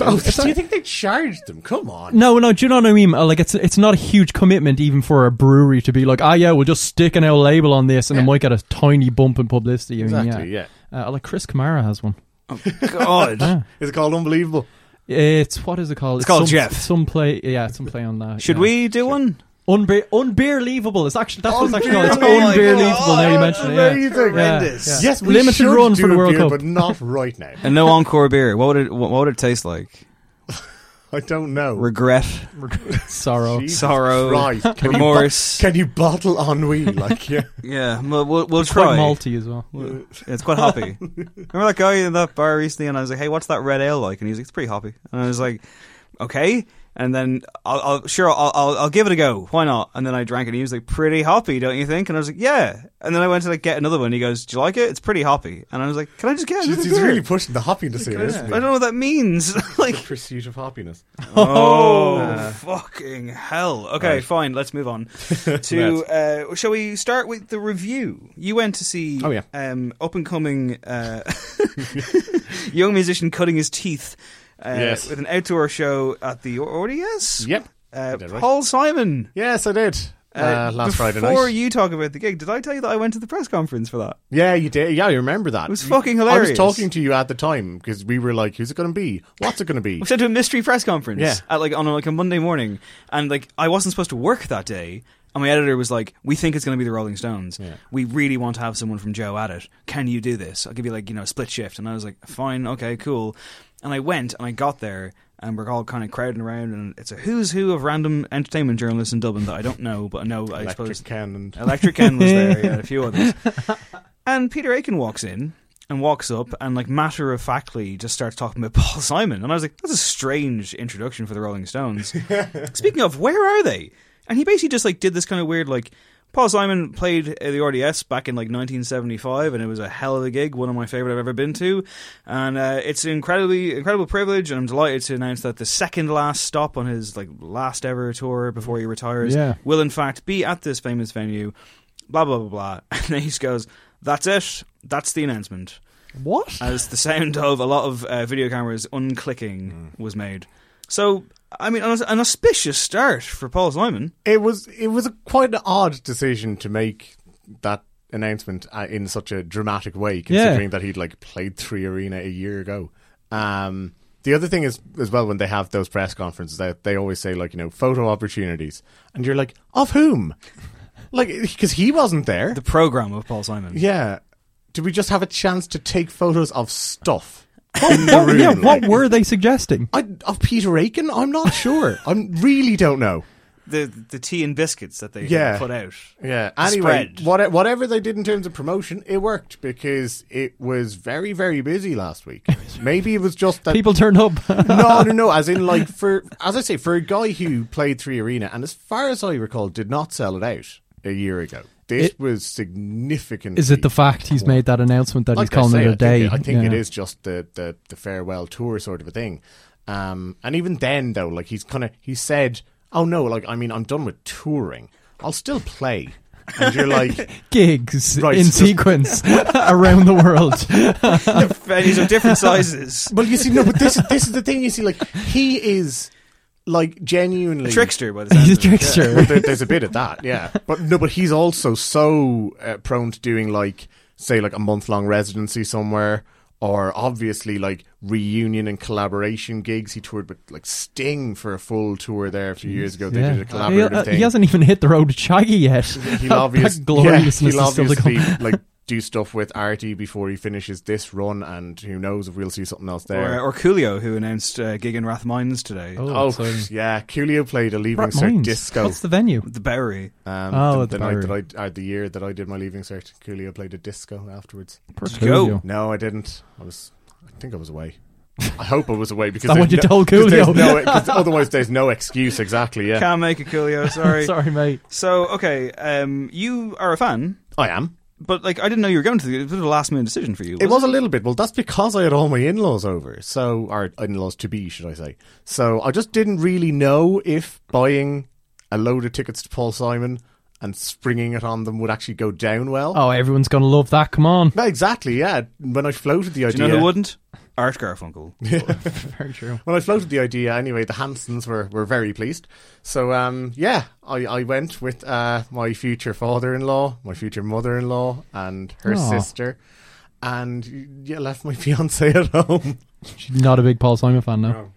S5: Oh,
S4: It's
S5: do you
S4: not-
S5: think they charged them? Come on.
S4: no, no, do you know what I mean? Uh, Like it's it's not a huge commitment even for a brewery to be like, ah, yeah, we'll just stick an old label on this, and it might get a tiny bump in publicity. I mean,
S5: Exactly,
S4: yeah. Uh, like Chris Kamara has one.
S3: God.
S5: Is it called Unbelievable?
S4: It's what is it called? It's,
S3: called
S4: some,
S3: Jeff.
S4: Some play, yeah, some play on that.
S3: Should
S4: yeah.
S3: we do one?
S4: Unbe- unbeerleavable. It's actually that's what it's actually called. It's
S5: Unbelievable.
S4: unbeerleavable. Now you mentioned it. Yeah.
S5: Amazing.
S4: Yeah, yeah.
S5: Yes, we
S4: limited
S5: should
S4: run
S5: do
S4: for the
S5: a
S4: World
S5: beer,
S4: Cup.
S5: but not right now.
S3: And no encore beer. What would it? What would it taste like?
S5: I don't know.
S3: Regret.
S4: Sorrow.
S5: Jesus
S3: sorrow,
S5: Christ. Can you bo-
S3: remorse.
S5: can you bottle ennui? Like, yeah.
S3: Yeah, we'll, we'll, we'll
S4: Quite
S3: try.
S4: malty as well.
S3: It's quite hoppy. Remember that guy in that bar recently, and I was like, "Hey, what's that red ale like?" And he was like, "It's pretty hoppy." And I was like, "Okay." And then I'll, I'll sure I'll, I'll I'll give it a go. Why not? And then I drank it. and He was like, "Pretty hoppy, don't you think?" And I was like, "Yeah." And then I went to like get another one. He goes, "Do you like it? It's pretty hoppy." And I was like, "Can I just get another
S5: He's, he's
S3: beer?"
S5: really pushing the hoppiness here,
S3: I
S5: isn't he?
S3: don't know what that means. like,
S5: Pursuit of happiness.
S3: uh, oh, fucking hell! Okay, fine. Let's move on to. uh, shall we start with the review? You went to see.
S5: Oh, yeah.
S3: Um, up and coming uh, young musician cutting his teeth. Uh,
S5: Yes.
S3: With an outdoor show at the Audius.
S5: Yep.
S3: Uh,
S5: Did I right?
S3: Paul Simon.
S5: Yes, I did. Uh, last Friday night.
S3: Before you talk about the gig, did I tell you that I went to the press conference for that?
S5: yeah, you did. Yeah, I remember that. It
S3: was fucking hilarious.
S5: I was talking to you at the time because we were like, "Who's it going to be? What's it going to be?"
S3: We went to a mystery press conference
S5: Yeah.
S3: at like on like a Monday morning, and like I wasn't supposed to work that day. And my editor was like, "We think it's going to be the Rolling Stones. We really want to have someone from Joe at it. Can you do this? I'll give you like you know a split shift." And I was like, "Fine, okay, cool." And I went and I got there, and we're all kind of crowding around, and it's a who's who of random entertainment journalists in Dublin that I don't know, but I know I
S5: Electric
S3: suppose
S5: Can and
S3: Electric Ken was there, yeah, and a few others. And Peter Aiken walks in and walks up and, like, matter of factly just starts talking about Paul Simon. And I was like, that's a strange introduction for the Rolling Stones. Speaking of, where are they? And he basically just, like, did this kind of weird, like, Paul Simon played at the RDS back in like 1975, and it was a hell of a gig, one of my favorite I've ever been to. And uh, it's an incredibly incredible privilege, and I'm delighted to announce that the second last stop on his like last ever tour before he retires
S4: Yeah.
S3: will in fact be at this famous venue. Blah blah blah blah. And then he just goes, "That's it. That's the announcement."
S4: What?
S3: As the sound of a lot of uh, video cameras unclicking was made. So, I mean, an, an auspicious start for Paul Simon.
S5: it was it was a, quite an odd decision to make that announcement uh, in such a dramatic way, considering that he'd like played three arena a year ago. Um, the other thing is as well when they have those press conferences that they always say like you know photo opportunities, and you're like of whom, like because he wasn't there.
S3: The program of Paul Simon.
S5: yeah, did we just have a chance to take photos of stuff?
S4: What, yeah,
S5: room,
S4: what
S5: like-
S4: were they suggesting?
S5: I, of Peter Aiken, I'm not sure. I really don't know.
S3: the the tea and biscuits that they
S5: Yeah.
S3: put out.
S5: Yeah.
S3: The
S5: Anyway,
S3: spread.
S5: what, whatever they did in terms of promotion, it worked because it was very, very busy last week. Maybe it was just that
S4: People turned up.
S5: no, no, no. As in, like for as I say, for a guy who played three arena and as far as I recall, did not sell it out a year ago. This
S4: It-
S5: was significant.
S4: is it the fact he's made that announcement that he's
S5: I
S4: calling
S5: say,
S4: it
S5: I
S4: a day?
S5: Think it, I think it
S4: Yeah.
S5: is just the, the, the farewell tour sort of a thing. Um, and even then, though, like he's kind of he said, "Oh no, like I mean, I'm done with touring. I'll still play." And you're like,
S4: gigs
S5: Right,
S4: in
S5: so-
S4: sequence around the world.
S3: Venues of different sizes.
S5: well, you see, no, but this is this is the thing. You see, like he is like genuinely
S3: Trickster by the sound
S4: He's a
S3: of it.
S4: trickster.
S5: Well, there, there's a bit of that, yeah. But no, but he's also so uh, prone to doing like, say, like a month long residency somewhere, or obviously like reunion and collaboration gigs. He toured with like Sting for a full tour there a few years ago. They
S4: Yeah.
S5: did a collaborative
S4: he, uh,
S5: thing.
S4: He hasn't even hit the road to Shaggy yet.
S5: He'll
S4: That-
S5: obvious-
S4: that
S5: yeah,
S4: gloriousness
S5: he'll
S4: is still to
S5: obviously
S4: come.
S5: like do stuff with Artie before he finishes this run, and who knows if we'll see something else
S3: Or, uh,
S5: there.
S3: or Coolio, who announced uh, gig in Rathmines today.
S4: Oh,
S5: oh
S4: exciting.
S5: yeah, Coolio played a Leaving
S4: Rat
S5: Cert
S4: Mines.
S5: disco.
S4: What's the venue?
S3: The Bowery.
S5: Um,
S4: Oh,
S5: the,
S4: at
S5: the
S4: the
S5: night
S4: Bowery.
S5: that I, uh, the year that I did my Leaving Cert, Coolio played a disco afterwards.
S3: go.
S4: Percuvio.
S5: No, I didn't. I was. I think I was away. I hope I was away because
S4: that
S5: there's
S4: what you
S5: no-
S4: told
S5: 'cause there's no-
S4: Coolio?
S5: 'cause otherwise, there's no excuse. Exactly. Yeah,
S3: Can't make it, Coolio, sorry.
S4: Sorry, mate.
S3: So, okay, um, you are a fan,
S5: I am.
S3: but like I didn't know you were going to the. It was a last minute decision for you.
S5: It was a little bit. Well, that's because I had all my in laws over. So, or in laws to be, should I say. So, I just didn't really know if buying a load of tickets to Paul Simon and springing it on them would actually go down well.
S4: Oh, everyone's gonna love that. Come on.
S5: No, exactly, yeah. When I floated the
S3: Do
S5: idea.
S3: you know who wouldn't? Art Garfunkel.
S4: Very true.
S5: when I floated the idea, anyway, the Hansons were, were very pleased. So, um, yeah, I, I went with uh, my future father in law, my future mother in law, and her
S4: Aw.
S5: sister, and yeah, left my fiance at home.
S4: She's not a big Paul Simon fan now.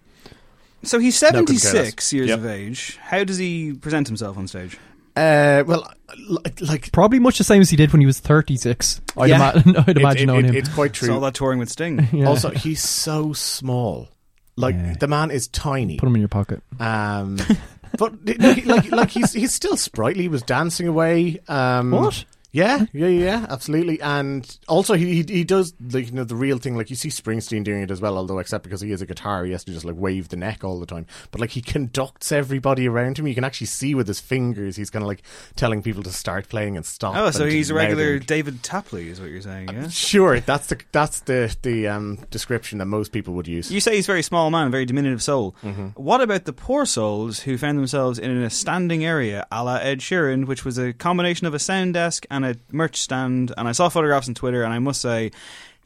S3: So he's
S5: couldn't care
S3: seventy
S5: less.
S3: six years
S5: Yep.
S3: of age. How does he present himself on stage?
S5: Uh, well, li- like
S4: Probably much the same as he did when he was 36. I'd,
S5: Yeah.
S4: ima- I'd
S5: It-
S4: imagine
S5: it-
S4: on
S5: it-
S4: him.
S5: It's quite
S3: It's all
S5: true.
S3: that touring with Sting.
S4: Yeah.
S5: Also, he's so small. Like
S4: Yeah.
S5: the man is tiny.
S4: Put him in your pocket.
S5: Um, but like, like, like he's he's still sprightly. He was dancing away. Um,
S4: What?
S5: Yeah, yeah, yeah, absolutely. And also, he he, he does like you know the real thing. Like you see Springsteen doing it as well, although except because he is a guitar, he has to just like wave the neck all the time. But like he conducts everybody around him. You can actually see with his fingers. He's kind of like telling people to start playing and stop.
S3: Oh, so
S5: and
S3: he's a regular
S5: mouthing.
S3: David Tapley, is what you're saying,
S5: Uh,
S3: yeah?
S5: Sure, that's the that's the the um, description that most people would use.
S3: You say he's a very small man, a very diminutive soul.
S5: Mm-hmm.
S3: What about the poor souls who found themselves in a standing area a la Ed Sheeran, which was a combination of a sound desk and a merch stand? And I saw photographs on Twitter, and I must say,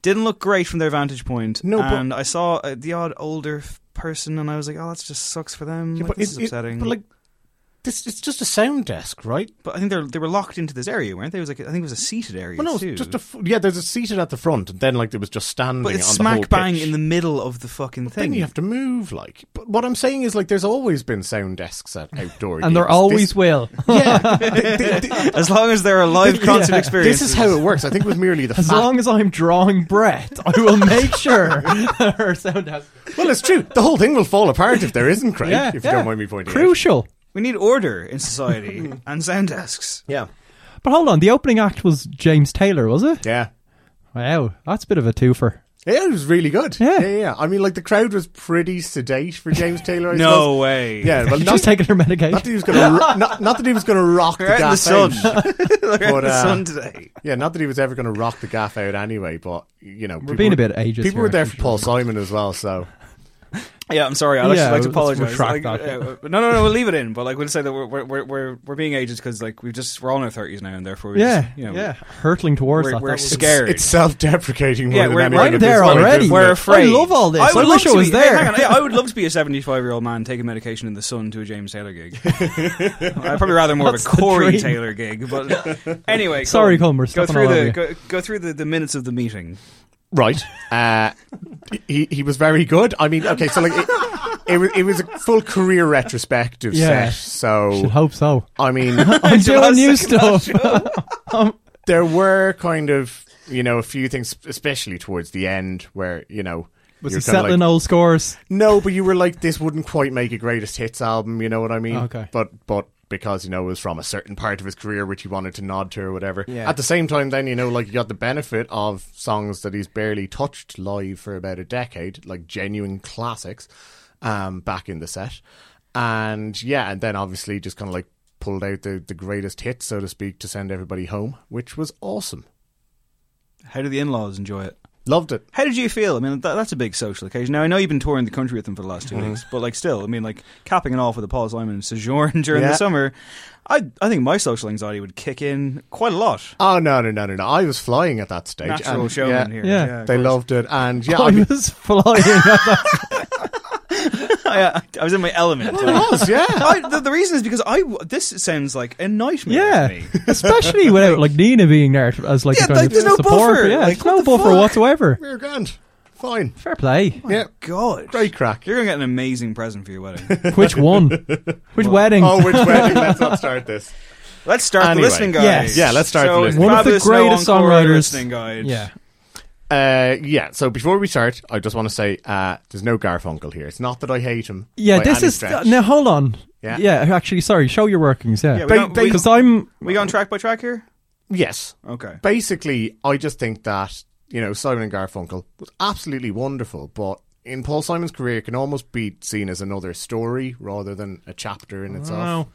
S3: didn't look great from their vantage point.
S5: No, but-
S3: and I saw uh, the odd older f- person, and I was like, oh, that just sucks for them.
S5: Yeah,
S3: like, this is
S5: it- it-
S3: upsetting.
S5: but like this, it's just a sound desk, right?
S3: But I think they they were locked into this area, weren't they? It was like I think it was a seated area
S5: Well, no,
S3: too.
S5: it's just a f- yeah. There's a seated at the front, and then like there was just standing.
S3: but it's
S5: on the whole
S3: smack bang
S5: pitch.
S3: in the middle of the fucking thing.
S5: Then you have to move, like. But what I'm saying is, like, there's always been sound desks at outdoor,
S4: And there
S5: games.
S4: always
S5: This,
S4: will.
S5: yeah, th- th- th-
S3: as long as there are live concert
S4: Yeah.
S3: experiences.
S5: this is how it works. I think with merely the
S4: As
S5: fact.
S4: long as I'm drawing breath, I will make sure her sound has.
S5: well, it's true. The whole thing will fall apart if there isn't Craig.
S4: Yeah,
S5: if you
S4: yeah.
S5: don't mind me pointing. out.
S4: Crucial.
S3: We need order in society
S5: Mm.
S3: and sound desks.
S5: Yeah.
S4: But hold on, the opening act was James Taylor, was it?
S5: Yeah.
S4: Wow, that's a bit of a twofer.
S5: Yeah, it was really good.
S4: Yeah.
S5: yeah, yeah. I mean, like the crowd was pretty sedate for James Taylor. I
S3: No
S5: suppose.
S3: way.
S5: Yeah, well,
S4: She's
S5: not,
S4: taking her
S5: not that he
S4: medication.
S5: was gonna, ro- not, not that he was gonna rock the
S3: We're out in the
S5: gas
S3: sun.
S5: out.
S3: Look at
S5: But,
S3: the
S5: uh,
S3: sun today.
S5: Yeah, not that he was ever going to rock the gaff out anyway, but you know,
S4: We're being a bit ageist
S5: People
S4: here,
S5: were there
S4: I
S5: for
S4: think.
S5: Paul Simon as well, so
S3: Yeah, I'm sorry. I'd actually
S4: Yeah,
S3: like to
S4: let's
S3: apologize.
S4: retract
S3: Like,
S4: that.
S3: uh, no, no, no. We'll leave it in, but like we'll say that we're we're we're- we're, we're being ages because like we just we're all in our thirties now, and therefore we
S4: Yeah,
S3: just, you know,
S4: yeah. Hurtling towards
S3: We're,
S4: that.
S3: we're
S4: that was-
S3: scared.
S5: it's self-deprecating more
S3: yeah,
S5: than
S3: we're,
S5: anything.
S3: we're
S5: at
S4: there
S5: this point,
S4: already.
S5: isn't
S3: We're
S5: it?
S3: afraid.
S4: I love all this. I
S3: would
S4: wish I
S3: love to
S4: was
S3: be-
S4: there.
S3: hang on, I- I would love to be a 75 year old man taking medication in the sun to a James Taylor gig. I'd probably rather more
S4: That's
S3: of
S4: the
S3: a Corey
S4: dream.
S3: Taylor gig. But anyway,
S4: Sorry,
S3: Colm,
S4: Colm, we're
S3: go
S4: stepping
S3: through
S4: all over
S3: the
S4: you.
S3: go, go through the, the minutes of the meeting.
S5: right? Uh, he he was very good. I mean, okay, so like it, it was it was a full career retrospective
S4: Yeah.
S5: set.
S4: Should
S5: So
S4: hope so.
S5: I mean,
S4: I'm doing new
S3: second
S4: stuff.
S5: there were kind of you know a few things, especially towards the end, where you know
S4: Was
S5: you're
S4: he
S5: kinda like-
S4: settling old scores?
S5: No, but you were like, this wouldn't quite make a greatest hits album. You know what I mean?
S4: Okay.
S5: But but because you know it was from a certain part of his career which he wanted to nod to or whatever.
S4: Yeah.
S5: At the same time, then you know, like you got the benefit of songs that he's barely touched live for about a decade, like genuine classics, um, back in the set, and yeah, and then obviously just kind of like pulled out the the greatest hits, so to speak, to send everybody home, which was awesome.
S3: How do the in laws enjoy it?
S5: Loved it.
S3: How did you feel? I mean, that, that's a big social occasion. Now I know you've been touring the country with them for the last 2
S4: Mm-hmm.
S3: weeks, but like still, I mean, like capping it off with a Paul Simon sojourn during
S5: Yeah.
S3: the summer. I I think my social anxiety would kick in quite a lot.
S5: Oh no no no no no! I was flying at that stage.
S3: Natural
S5: and,
S3: showman
S5: yeah,
S3: here.
S4: Yeah.
S3: of
S5: They
S3: course. Oh,
S5: loved it, and yeah,
S4: I
S5: I mean,
S4: was flying.
S3: I, I was in my element.
S5: It was, yeah.
S3: I, the, the reason is because I this sounds like a nightmare.
S4: yeah,
S3: to me.
S4: especially without like Nina being there as like
S3: Yeah,
S4: a kind
S3: like,
S4: of
S3: there's no
S4: support.
S3: buffer.
S4: Yeah,
S3: Like,
S4: there's
S3: what
S4: no
S3: the
S4: buffer
S3: fuck?
S4: whatsoever.
S5: We were grand. Fine.
S4: Fair play.
S5: yeah.
S3: God.
S5: Great crack.
S3: You're going to get an amazing present for your wedding.
S4: Which one? Which wedding?
S5: Oh, which wedding? Let's not start this.
S3: Let's start
S5: Anyway.
S3: the listening guide.
S4: Yes.
S5: Yeah, let's start
S3: so
S5: the listening
S4: One of the
S3: Fabulous No
S4: greatest
S3: Encore
S4: songwriters.
S3: Listening guide.
S4: Yeah.
S5: Uh, yeah. So before we start, I just want to say uh, there's no Garfunkel here. It's not that I hate him.
S4: Yeah,
S5: by
S4: this
S5: any
S4: is. uh,
S5: stretch.
S4: now, hold on.
S5: Yeah.
S4: actually, sorry. Show your workings.
S3: Yeah,
S4: Yeah.
S3: we don't- we-
S4: Because I'm.
S3: We going track by track here?
S5: Yes.
S4: Mm.
S3: Okay.
S5: Basically, I just think that you know Simon and Garfunkel was absolutely wonderful, but in Paul Simon's career, it can almost be seen as another story rather than a chapter in itself.
S4: Wow.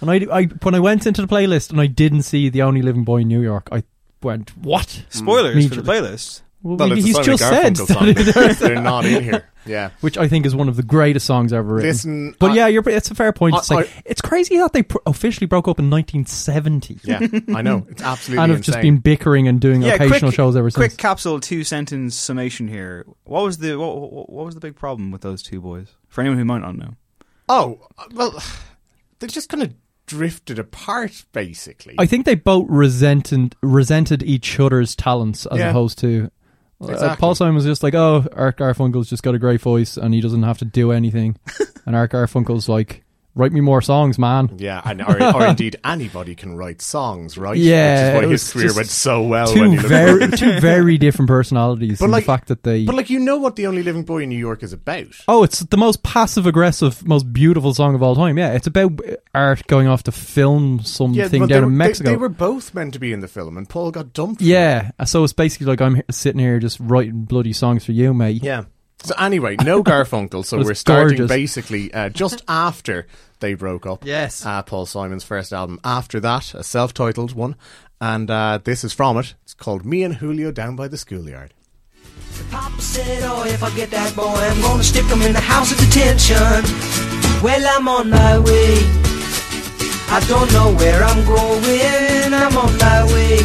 S4: And I, I, when I went into the playlist and I didn't see The Only Living Boy in New York, I went, what?
S3: Spoilers
S4: Mm.
S3: for the playlist.
S4: Well,
S5: Well,
S4: we-
S5: it's a
S4: he's
S5: Simon
S4: just said.
S5: and
S4: that it-
S5: Garfunkel song. They're not in here. Yeah.
S4: which I think is one of the greatest songs ever written.
S5: Listen,
S4: but
S5: I-
S4: yeah, you're, it's a fair point
S5: I-
S4: to say.
S5: I-
S4: it's crazy that they pr- officially broke up in 1970.
S5: Yeah, I know. It's absolutely
S4: And have
S5: insane.
S4: just been bickering and doing occasional
S3: quick,
S4: shows ever
S3: quick
S4: since.
S3: capsule two sentence summation here. What was the what, what what was the big problem with those two boys? For anyone who might not know,
S5: Oh, well, they just kind of drifted apart, basically.
S4: I think they both resented resented each other's talents as
S5: Yeah.
S4: opposed to. uh,
S5: Exactly.
S4: Paul Simon was just like, oh, Art Garfunkel's just got a great voice and he doesn't have to do anything. and Art Garfunkel's like, write me more songs, man.
S5: yeah, and or, or indeed anybody can write songs, right?
S4: Yeah,
S5: which is
S4: it
S5: why
S4: was
S5: his career
S4: just
S5: went so well. when
S4: Two
S5: he looked
S4: very
S5: at it.
S4: two very different personalities.
S5: But
S4: and
S5: like-
S4: the fact that they
S5: but like you know what the only living boy in New York is about.
S4: Oh, it's the most passive aggressive, most beautiful song of all time. Yeah, it's about art going off to film something
S5: but
S4: down
S5: they, were-
S4: in
S5: they-
S4: Mexico.
S5: They, were both meant to be in the film, and Paul got dumped. for it.
S4: yeah, so it's basically like I'm he- sitting here just writing bloody songs for you, mate.
S5: yeah. So anyway, no Garfunkel. So
S4: It was
S5: we're starting
S4: gorgeous.
S5: basically uh, just after they broke up.
S4: Yes.
S5: uh, Paul Simon's first album. After that, a self-titled one, and uh, this is from it. It's called "Me and Julio Down by the Schoolyard."
S7: Papa said, oh, if I get that boy, I'm gonna stick him in the house of detention. Well, I'm on my way. I don't know where I'm going, I'm on my way.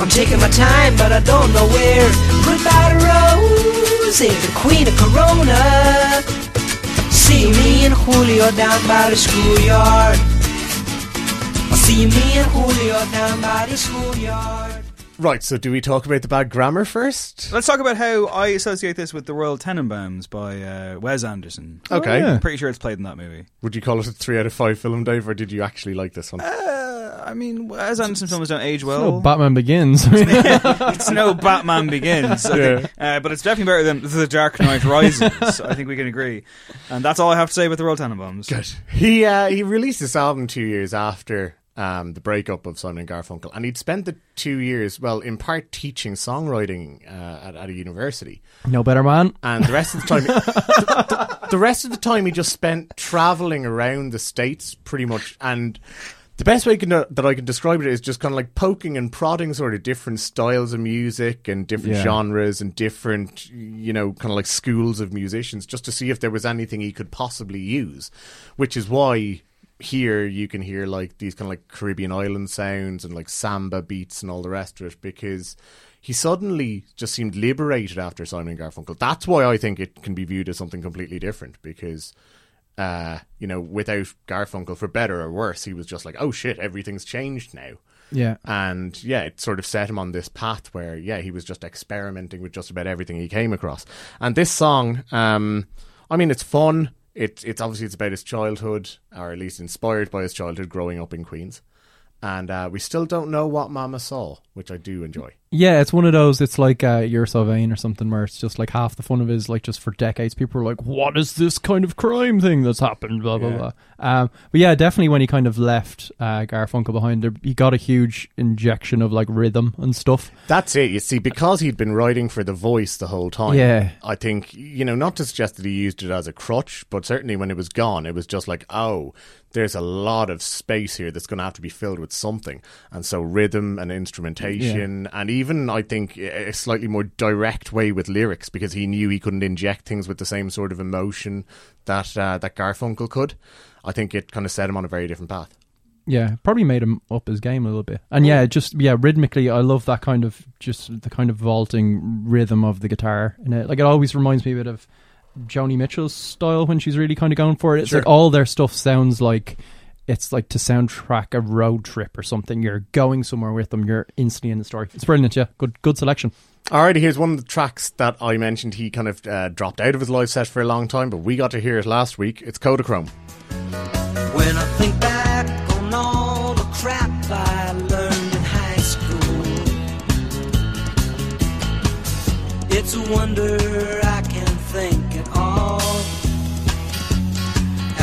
S7: I'm taking my time, but I don't know where. Goodbye to Rose, the queen of Corona. See me and Julio down by the schoolyard. See me and Julio down by the schoolyard.
S5: Right. So do we talk about the bad grammar first?
S3: let's talk about how I associate this with the Royal Tenenbaums by uh, Wes Anderson.
S4: Oh,
S5: Okay.
S3: I'm pretty sure it's played in that movie.
S5: Would you call it a three out of five film, Dave, or did you actually like this one?
S3: Uh, I mean, Wes Anderson films don't age well.
S4: Oh, Batman Begins.
S3: it's no Batman Begins, I think. Uh, but it's definitely better than The Dark Knight Rises. I think we can agree, and that's all I have to say about the Royal Tenenbaums.
S5: Good. He uh, he released this album two years after um, the breakup of Simon and Garfunkel, and he'd spent the two years, well, in part teaching songwriting uh, at, at a university,
S4: no better man.
S5: and the rest of the time, the, the- the rest of the time he just spent traveling around the states, pretty much, and. The best way I can, that I can describe it is just kind of like poking and prodding sort of different styles of music and different
S4: Yeah.
S5: genres and different, you know, kind of like schools of musicians just to see if there was anything he could possibly use, which is why here you can hear like these kind of like Caribbean island sounds and like samba beats and all the rest of it because he suddenly just seemed liberated after Simon and Garfunkel. That's why I think it can be viewed as something completely different because uh, you know, without Garfunkel, for better or worse, he was just like, oh shit, everything's changed now.
S4: Yeah.
S5: And yeah, it sort of set him on this path where, yeah, he was just experimenting with just about everything he came across. And this song, um, I mean, it's fun. It, it's obviously it's about his childhood, or at least inspired by his childhood growing up in Queens. And uh, we still don't know what Mama saw, which I do enjoy.
S4: Yeah, it's one of those. It's like uh, You're So Vain or something, where it's just like half the fun of it is like just for decades. People were like, "What is this kind of crime thing that's happened?" Blah blah blah. Um, but yeah, definitely when he kind of left uh, Garfunkel behind, there, he got a huge injection of like rhythm and stuff.
S5: That's it. You see, because he'd been writing for The Voice the whole time,
S4: Yeah.
S5: I think, you know, not to suggest that he used it as a crutch, but certainly when it was gone, it was just like, oh, there's a lot of space here that's going to have to be filled with something. And so rhythm and instrumentation, and even, I think, a slightly more direct way with lyrics, because he knew he couldn't inject things with the same sort of emotion that, uh, that Garfunkel could. I think it kind of set him on a very different path.
S4: Yeah, probably made him up his game a little bit. And yeah, just yeah, rhythmically, I love that kind of just the kind of vaulting rhythm of the guitar in it. Like it always reminds me a bit of Joni Mitchell's style when she's really kind of going for it. It's like all their stuff sounds like it's like to soundtrack a road trip or something. You're going somewhere with them. You're instantly in the story. It's brilliant. Yeah, good good selection.
S5: Alrighty, here's one of the tracks that I mentioned he kind of uh, dropped out of his live set for a long time, but we got to hear it last week. It's Kodachrome.
S7: When I think back on all the crap I learned in high school, it's a wonder I can think at all.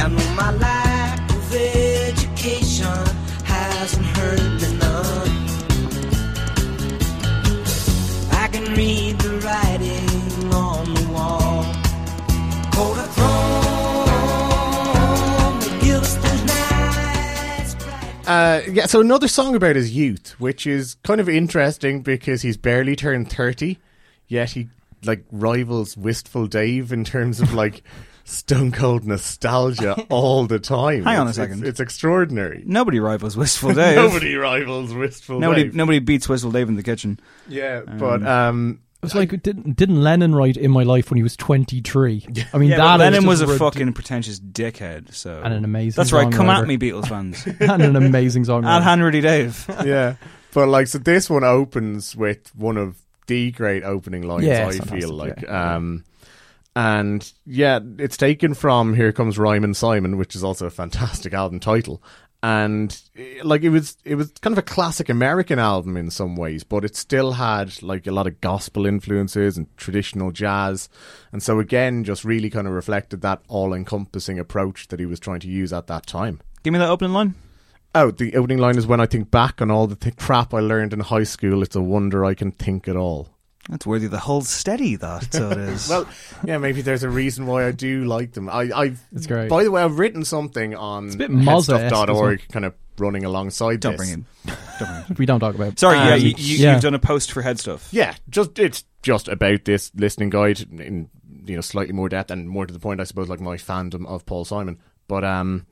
S7: And when my lack of education hasn't hurt me none, I can read the writing on the wall. Kodachrome, the Gilston Knights.
S5: Uh, yeah, so another song about his youth, which is kind of interesting because he's barely turned 30, yet he like rivals Wistful Dave in terms of like stone cold nostalgia all the time.
S3: Hang on a
S5: It's- it's-
S3: second.
S5: It's, extraordinary.
S3: Nobody rivals Wistful Dave.
S5: Nobody rivals Wistful
S3: Nobody,
S5: Dave.
S3: nobody beats Whistle Dave in the kitchen.
S5: Yeah, but um,
S4: It was like didn't didn't Lennon write "In My Life" when he was twenty three? I mean,
S3: Yeah,
S4: that
S3: but
S4: is
S3: Lennon
S4: just
S3: was a
S4: rid-
S3: fucking pretentious dickhead. So
S4: And an amazing
S3: That's right. Come at
S4: songwriter.
S3: me, Beatles fans.
S4: and an amazing song.
S3: at Hanrady Dave.
S5: yeah. But like, so this one opens with one of the great opening lines.
S4: Yeah,
S5: I
S4: it's fantastic,
S5: feel like, um, and yeah, it's taken from "Here Comes Ryman Simon," which is also a fantastic album title. And eh, like, it was it was kind of a classic American album in some ways, but it still had like a lot of gospel influences and traditional jazz. And so again, just really kind of reflected that all-encompassing approach that he was trying to use at that time.
S3: Give me that opening line.
S5: Oh, the opening line is when I think back on all the th- crap I learned in high school, it's a wonder I can think at all.
S3: That's worthy of the whole steady. That so it is.
S5: Well, yeah, maybe there's a reason why I do like them. I, I've,
S4: It's great.
S5: By the way, I've written something on
S4: bit Mazda-esque as well.
S5: headstuff.org, kind of running alongside
S3: don't
S5: this.
S3: bring in. Don't bring in.
S4: we don't talk about.
S3: Sorry, yeah,
S4: um,
S3: you, you,
S4: yeah.
S3: you've done a post for head stuff.
S5: Yeah, just it's just about this listening guide in you know slightly more depth and more to the point, I suppose, like my fandom of Paul Simon. But um,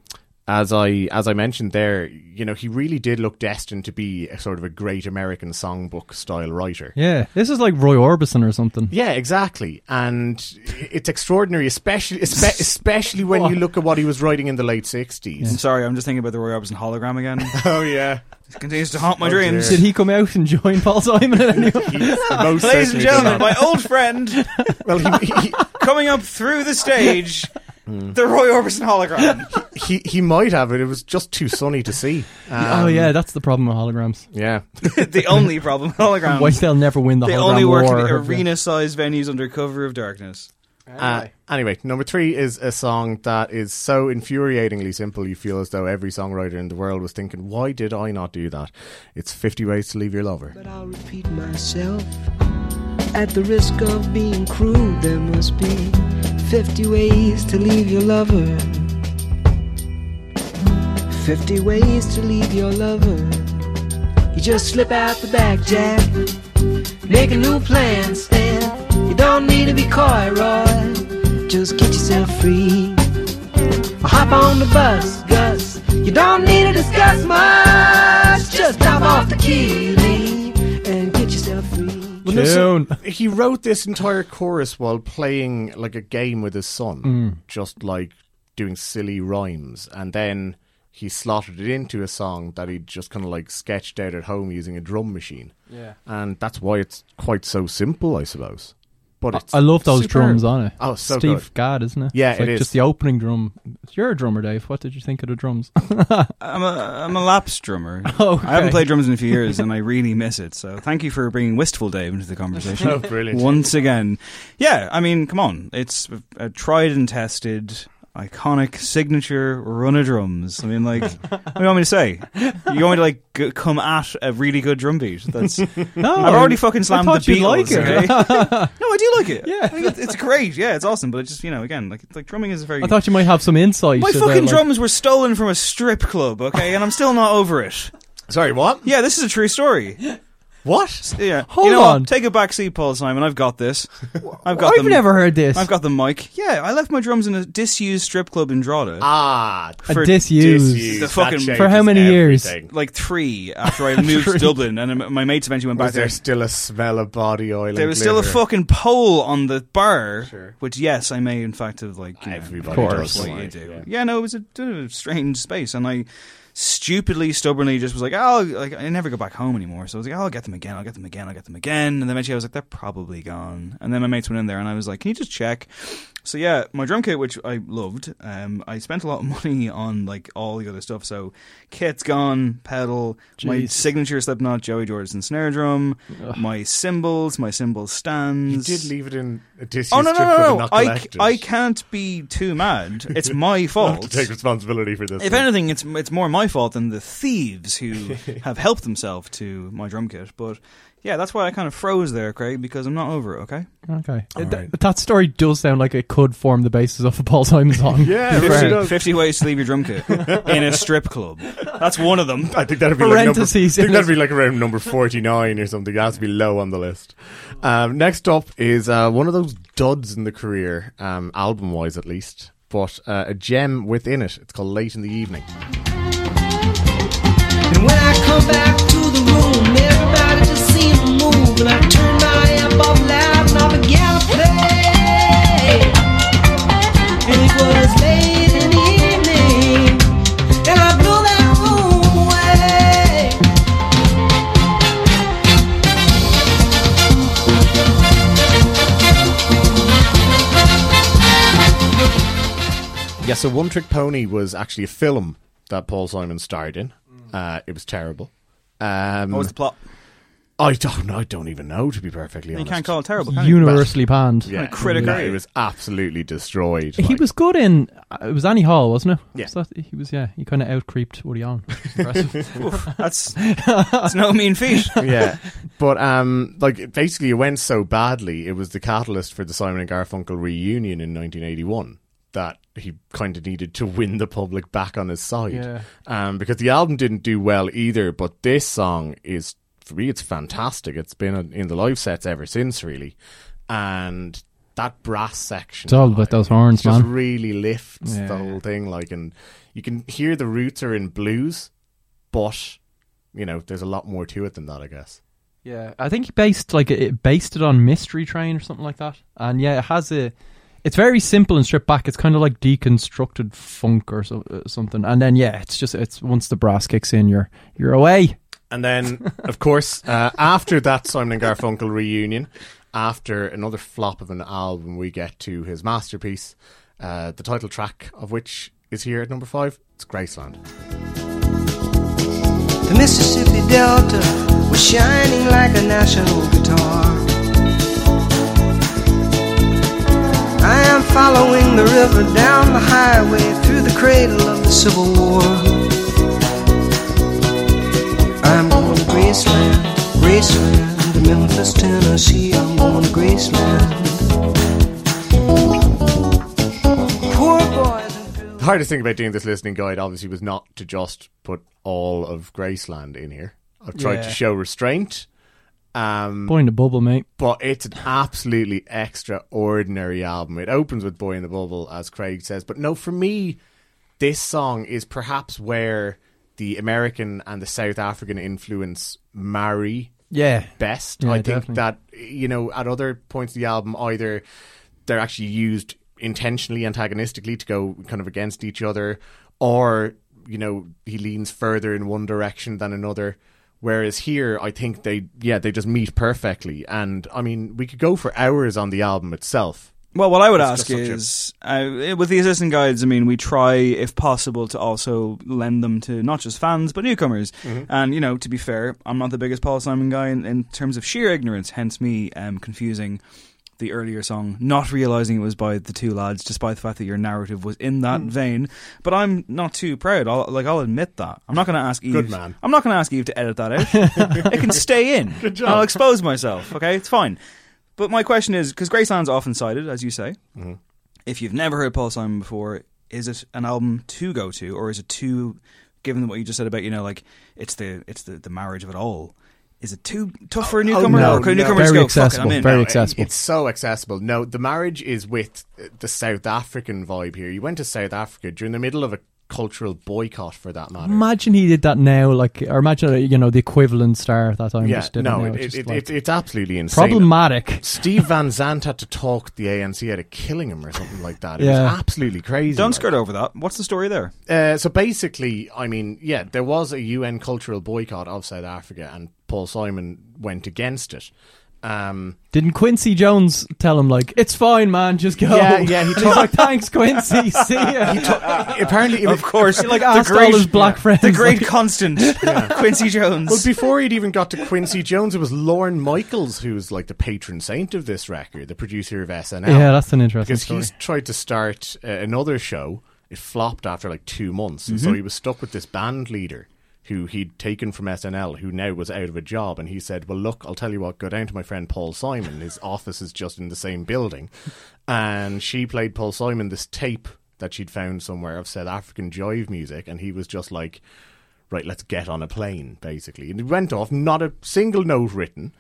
S5: as I as I mentioned there, you know, he really did look destined to be a sort of a great American songbook style writer.
S4: Yeah, this is like Roy Orbison or something.
S5: Yeah, exactly, and it's extraordinary, especially espe- especially when you look at what he was writing in the late
S3: I'm
S5: sixties.
S3: sorry, I'm just thinking about the Roy Orbison hologram again. it
S5: Oh yeah,
S3: continues to haunt my
S5: Oh, dear.
S3: dreams.
S4: Did he come out and join Paul Simon? at any-
S3: Ladies and gentlemen, my old friend
S5: well, he, he,
S3: coming up through the stage,
S5: Mm.
S3: the Roy Orbison hologram.
S5: he he might have it. It was just too sunny to see. Um,
S4: oh
S3: Um,
S4: yeah, that's the problem with holograms.
S5: yeah.
S3: the only problem with holograms.
S4: Why they'll never win the
S3: um, they
S4: hologram
S3: only work
S4: war.
S3: in arena-sized venues under cover of darkness.
S5: Uh, anyway, number three is a song that is so infuriatingly simple you feel as though every songwriter in the world was thinking, why did I not do that? It's 50 Ways to Leave Your Lover.
S7: But I'll repeat myself. At the risk of being cruel, there must be 50 ways to leave your lover. 50 ways to leave your lover. You just slip out the back, Jack. Make a new plan, Stan. You don't need to be coy, Roy. Just get yourself free. Or hop on the bus, Gus. You don't need to discuss much. Just drop off the key, Lee, and get yourself free.
S5: Well, no, so
S4: Tune.
S5: he wrote this entire chorus while playing like a game with his son,
S4: Mm.
S5: just like doing silly rhymes. And then he slotted it into a song that he just kind of like sketched out at home using a drum machine. Yeah. And that's why it's quite so simple, I suppose. But it's
S4: I love those
S5: superb.
S4: drums on it.
S5: Oh, so
S4: Steve
S5: good.
S4: Gadd, isn't it?
S5: Yeah,
S4: it's like
S5: it is.
S4: Just the opening drum. You're a drummer, Dave. What did you think of the drums?
S3: I'm a I'm a lapse drummer.
S4: Oh, Okay.
S3: I haven't played drums in a few years, and I really miss it. So thank you for bringing Wistful Dave into the conversation.
S5: Oh, brilliant.
S3: Once again, yeah. I mean, come on, it's a tried and tested. Iconic signature run of drums. I mean, like, what do you want me to say? You want me to like g- come at a really good drum beat? That's
S4: no,
S3: I've already fucking slammed
S4: I
S3: the
S4: thought
S3: Beatles.
S4: you'd like it.
S3: okay? no, I do like it.
S4: Yeah.
S3: I think it's, it's great. Yeah, it's awesome. But it's just you know, again, like, it's like drumming is a very
S4: I thought you might have some insight.
S3: my
S4: about,
S3: fucking
S4: like-
S3: drums were stolen from a strip club, okay, and I'm still not over it.
S5: Sorry, what?
S3: Yeah, this is a true story.
S5: What?
S3: Yeah,
S4: Hold
S3: you know what?
S4: on.
S3: take a back seat, Paul Simon. I've got this. I've got.
S4: I've
S3: them.
S4: never heard this.
S3: I've got the mic. Yeah, I left my drums in a disused strip club in Drogheda.
S5: Ah,
S4: a
S3: for
S4: disuse.
S5: disuse.
S3: The
S5: That
S3: fucking-
S5: changes
S4: For how many years?
S5: everything.
S3: like three after I moved to Dublin, and um, my mates eventually went back
S5: Was
S3: there.
S5: there still a smell of body oil?
S3: There
S5: and
S3: was still a
S5: glitter?
S3: fucking pole on the bar, which yes, I may in fact have like you know,
S5: Everybody does.
S4: course.
S3: That's what you do. Yeah, no, it was a, a strange space, and I stupidly, stubbornly just was like, oh, like I never go back home anymore. So I was like, oh, I'll get them again, I'll get them again, I'll get them again. And then eventually I was like, they're probably gone. And then my mates went in there and I was like, can you just check? So yeah, my drum kit, which I loved, um, I spent a lot of money on like all the other stuff. So kit's gone, pedal, my
S4: Jeez.
S3: signature Slipknot Joey Jordan snare drum, my cymbals, my cymbal
S5: You
S3: stands.
S5: did leave it in a disused
S3: Oh no no
S5: trip, but
S3: no no!
S5: not
S3: I, c-
S5: collected.
S3: I can't be too mad. It's my
S5: I'll have to
S3: fault.
S5: take responsibility for this.
S3: If
S5: then.
S3: anything, it's it's more my fault than the thieves who have helped themselves to my drum kit. But yeah, that's why I kind of froze there, Craig, because I'm not over it. Okay.
S4: Okay.
S5: All
S4: Th-
S5: right.
S4: that story does sound like it could form the basis of a Paul Simon song.
S5: Yeah, it really
S4: Fair.
S5: does.
S3: 50 ways to leave your drum kit in a strip club. That's one of them.
S5: I think that'd be like number, I
S4: Parentheses in
S5: think that'd
S4: this-
S5: be like around number forty nine or something. That has to be low on the list. Um, next up is uh, one of those duds in the career, um, album wise at least, but uh, a gem within it. It's called Late in the Evening.
S3: Hmm.
S7: And when I come back to the room, everybody just seemed to move. And I turned my amp up loud and I began to play. And it was late in the evening, and I blew that room away.
S5: Yeah, so One Trick Pony was actually a film that Paul Simon starred in. Uh, it was terrible. Um,
S3: Hmm. What was the plot?
S5: I don't know. I don't even know to be perfectly
S3: You
S5: honest.
S3: can't call it terrible. Can you?
S4: Universally panned.
S5: yeah,
S3: Like critical.
S5: no, it was absolutely destroyed.
S4: He
S5: like-
S4: was good in. uh, It was Annie Hall, wasn't it?
S5: Yeah.
S4: Was that- he was. Yeah, he kind of out creeped Woody Allen.
S3: Oof, that's, that's no mean feat.
S5: yeah, but um, like it basically, it went so badly. It was the catalyst for the Simon and Garfunkel reunion in 1981 that he kind of needed to win the public back on his side.
S4: Yeah.
S5: Um, because the album didn't do well either, but this song is for me, it's fantastic. It's been in the live sets ever since, really, and. That brass section.
S4: It's all about those
S5: horns,
S4: horns,
S5: just
S4: man.
S5: really lifts
S4: Yeah.
S5: the whole thing. Like, and you can hear the roots are in blues, but you know, there's a lot more to it than that, I guess.
S4: Yeah, I think he based like it based it on Mystery Train or something like that. And yeah, it has a. It's very simple and stripped back. It's kind of like deconstructed funk or so, uh, something. And then yeah, it's just it's once the brass kicks in, you're you're away.
S5: And then, of course, uh, after that Simon and Garfunkel reunion, after another flop of an album, we get to his masterpiece, uh, the title track of which is here at number five. It's Graceland.
S7: The Mississippi Delta was shining like a national guitar. I am following the river down the highway through the cradle of the Civil War. I'm going to Graceland, Graceland, to Memphis, Tennessee. I'm going to Graceland. Poor boys and girls.
S5: The hardest thing about doing this listening guide, obviously, was not to just put all of Graceland in here. I've tried to
S4: Yeah.
S5: show restraint. Um,
S4: Boy in the bubble, mate.
S5: but it's an absolutely extraordinary album. It opens with Boy in the Bubble, as Craig says. But no, for me, this song is perhaps where the American and the South African influence marry
S4: Yeah,
S5: best.
S4: Yeah,
S5: I think
S4: definitely.
S5: that, you know, at other points of the album, either they're actually used intentionally, antagonistically to go kind of against each other, or, you know, he leans further in one direction than another. Whereas here, I think they, yeah, they just meet perfectly. And I mean, we could go for hours on the album itself.
S3: Well, what I would
S5: It's
S3: ask
S5: just such a-
S3: is, uh, with the assistant guides, I mean, we try, if possible, to also lend them to not just fans but newcomers.
S5: Mm-hmm.
S3: And you know, to be fair, I'm not the biggest Paul Simon guy in, in terms of sheer ignorance. Hence, me um, confusing the earlier song, not realizing it was by the two lads, despite the fact that your narrative was in
S5: Mm.
S3: that vein. But I'm not too proud. I'll, like I'll admit that. I'm not going to ask Eve.
S5: Good man.
S3: I'm not going to ask Eve to edit that out. it can stay in. I'll expose myself. Okay, it's fine. But my question is because Graceland's often cited, as you say.
S4: Mm-hmm.
S3: If you've never heard Paul Simon before, is it an album to go to, or is it too? Given what you just said about you know, like it's the it's the, the marriage of it all. Is it too tough for a newcomer?
S4: Oh, no,
S3: or can a
S5: no.
S3: newcomer just
S4: very
S3: go,
S4: accessible,
S3: Fuck it, I'm in.
S4: very
S5: No,
S4: accessible.
S5: It's so accessible. No, the marriage is with the South African vibe here. You went to South Africa during the middle of a cultural boycott for that matter.
S4: Imagine he did that now, like, or imagine, uh, you know, the equivalent star at that time
S5: yeah,
S4: just did
S5: no,
S4: it. now.
S5: it,
S4: It's
S5: it,
S4: just
S5: it,
S4: like-
S5: it's- it's absolutely insane.
S4: problematic.
S5: Steve Van Zandt had to talk the ANC out of killing him or something like that. It
S4: Yeah.
S5: was absolutely crazy.
S3: Don't
S5: like.
S3: skirt over that. What's the story there?
S5: Uh, so basically, I mean, yeah, there was a UN cultural boycott of South Africa, and Paul Simon went against it. Um,
S4: Didn't Quincy Jones tell him like it's fine, man, just go?
S5: Yeah, yeah, he
S4: And
S5: told-
S4: he's like, thanks, Quincy. See ya.
S5: apparently, of
S3: course,
S4: like asked all his black friends.
S3: the great
S4: like,
S3: constant, Quincy Jones.
S5: Well, before he'd even got to Quincy Jones, it was Lauren Michaels who was like the patron saint of this record, the producer of SNL.
S4: yeah, that's an interesting
S5: because
S4: story.
S5: he's tried to start uh, another show. It flopped after like two months, and
S4: Mm-hmm.
S5: so he was stuck with this band leader who he'd taken from SNL, who now was out of a job. And he said, "Well, look, I'll tell you what. Go down to my friend Paul Simon. His office is just in the same building." And she played Paul Simon this tape that she'd found somewhere of South African jive music, and he was just like, "Right, let's get on a plane," basically. And he went off, not a single note written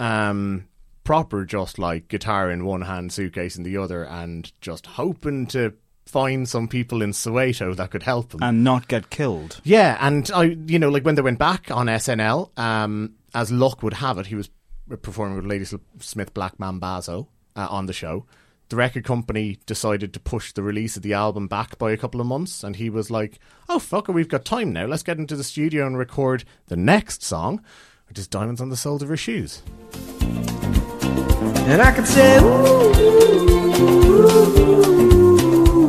S5: um, proper, just like guitar in one hand, suitcase in the other, and just hoping to find some people in Soweto that could help him.
S3: and not get killed.
S5: yeah, and I, you know, like when they went back on SNL, um, as luck would have it, he was performing with Ladysmith Black Mambazo uh, on the show. The record company decided to push the release of the album back by a couple of months, and he was like, "Oh fuck, it, we've got time now. Let's get into the studio and record the next song, which is Diamonds on the Soles of Her Shoes."
S7: And I could say, ooh, ooh, ooh.